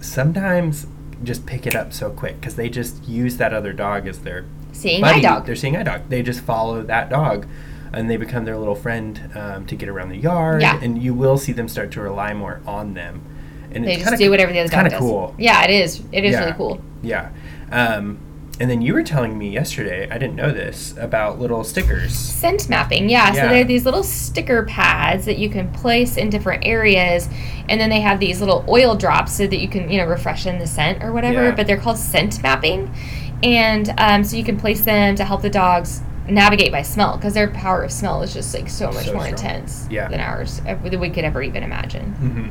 [SPEAKER 2] sometimes just pick it up so quick because they just use that other dog as their
[SPEAKER 1] Seeing
[SPEAKER 2] buddy.
[SPEAKER 1] my dog.
[SPEAKER 2] They're seeing eye dog. They just follow that dog, and they become their little friend um, to get around the yard.
[SPEAKER 1] Yeah.
[SPEAKER 2] And you will see them start to rely more on them. And
[SPEAKER 1] They
[SPEAKER 2] it's
[SPEAKER 1] just
[SPEAKER 2] kinda
[SPEAKER 1] do whatever the other
[SPEAKER 2] it's
[SPEAKER 1] dog
[SPEAKER 2] kinda
[SPEAKER 1] does.
[SPEAKER 2] cool.
[SPEAKER 1] Yeah, it is. It is
[SPEAKER 2] Yeah.
[SPEAKER 1] really cool.
[SPEAKER 2] Yeah. Um, and then you were telling me yesterday, I didn't know this, about little stickers.
[SPEAKER 1] Scent mapping, yeah. So
[SPEAKER 2] Yeah.
[SPEAKER 1] they're these little sticker pads that you can place in different areas, and then they have these little oil drops so that you can, you know, refresh in the scent or whatever.
[SPEAKER 2] Yeah.
[SPEAKER 1] But they're called scent mapping, and um, so you can place them to help the dogs navigate by smell because their power of smell is just like so much
[SPEAKER 2] Oh, So
[SPEAKER 1] more
[SPEAKER 2] strong.
[SPEAKER 1] intense
[SPEAKER 2] Yeah.
[SPEAKER 1] than ours uh, than we could ever even imagine.
[SPEAKER 2] Mm-hmm.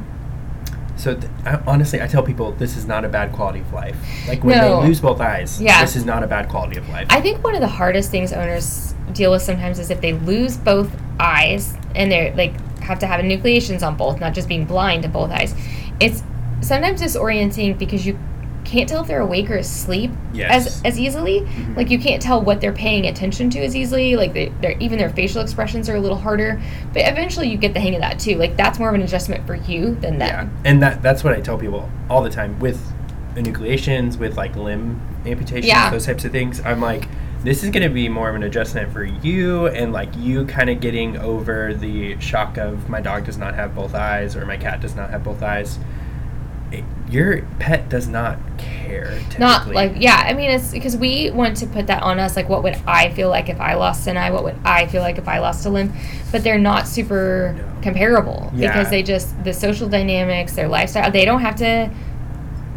[SPEAKER 2] So th- I, honestly, I tell people this is not a bad quality of life. Like when
[SPEAKER 1] No.
[SPEAKER 2] they lose both eyes,
[SPEAKER 1] Yeah.
[SPEAKER 2] this is not a bad quality of life.
[SPEAKER 1] I think one of the hardest things owners deal with sometimes is if they lose both eyes and they're like have to have nucleations on both, not just being blind to both eyes. It's sometimes disorienting because you can't tell if they're awake or asleep
[SPEAKER 2] Yes.
[SPEAKER 1] as as easily.
[SPEAKER 2] Mhm.
[SPEAKER 1] Like you can't tell what they're paying attention to as easily. Like they, their even their facial expressions are a little harder. But eventually you get the hang of that too. Like that's more of an adjustment for you than
[SPEAKER 2] yeah.
[SPEAKER 1] them.
[SPEAKER 2] And that that's what I tell people all the time with enucleations, with like limb amputations,
[SPEAKER 1] Yeah.
[SPEAKER 2] those types of things. I'm like, this is going to be more of an adjustment for you and like you kind of getting over the shock of my dog does not have both eyes or my cat does not have both eyes. It- your pet does not care. Typically.
[SPEAKER 1] Not like yeah, I mean it's because we want to put that on us. Like, what would I feel like if I lost an eye? What would I feel like if I lost a limb? But they're not super
[SPEAKER 2] No.
[SPEAKER 1] comparable
[SPEAKER 2] Yeah.
[SPEAKER 1] because they just the social dynamics, their lifestyle. They don't have to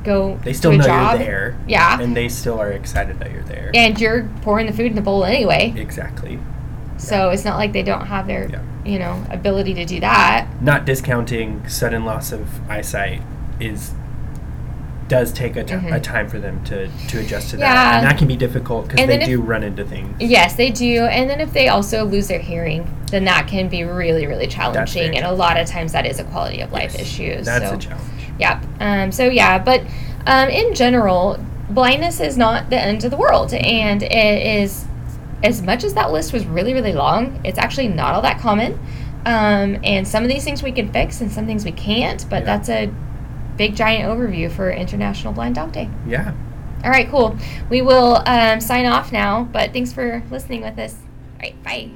[SPEAKER 1] go.
[SPEAKER 2] they still
[SPEAKER 1] to a
[SPEAKER 2] know
[SPEAKER 1] job.
[SPEAKER 2] you're there.
[SPEAKER 1] Yeah,
[SPEAKER 2] And they still are excited that you're there.
[SPEAKER 1] and you're pouring the food in the bowl anyway,
[SPEAKER 2] Exactly.
[SPEAKER 1] so it's not like they don't have their
[SPEAKER 2] Yeah.
[SPEAKER 1] you know ability to do that.
[SPEAKER 2] not discounting sudden loss of eyesight is does take a ti- a
[SPEAKER 1] Mhm.
[SPEAKER 2] time for them to, to adjust to
[SPEAKER 1] Yeah.
[SPEAKER 2] that and that can be difficult because
[SPEAKER 1] And
[SPEAKER 2] they
[SPEAKER 1] then if-
[SPEAKER 2] do run into things
[SPEAKER 1] Yes, they do. And then if they also lose their hearing, then that can be really, really challenging. And a lot of times that is a quality of life
[SPEAKER 2] Yes.
[SPEAKER 1] issue.
[SPEAKER 2] that's
[SPEAKER 1] so.
[SPEAKER 2] a challenge
[SPEAKER 1] Yep. Um, so yeah, but um, in general, blindness is not the end of the world, and it is as much as that list was really, really long. It's actually not all that common, um, and some of these things we can fix, and some things we can't. But
[SPEAKER 2] Yeah.
[SPEAKER 1] that's a big giant overview for International Blind Dog Day.
[SPEAKER 2] yeah
[SPEAKER 1] All right, cool. We will um, sign off now, but thanks for listening with us. All right, bye.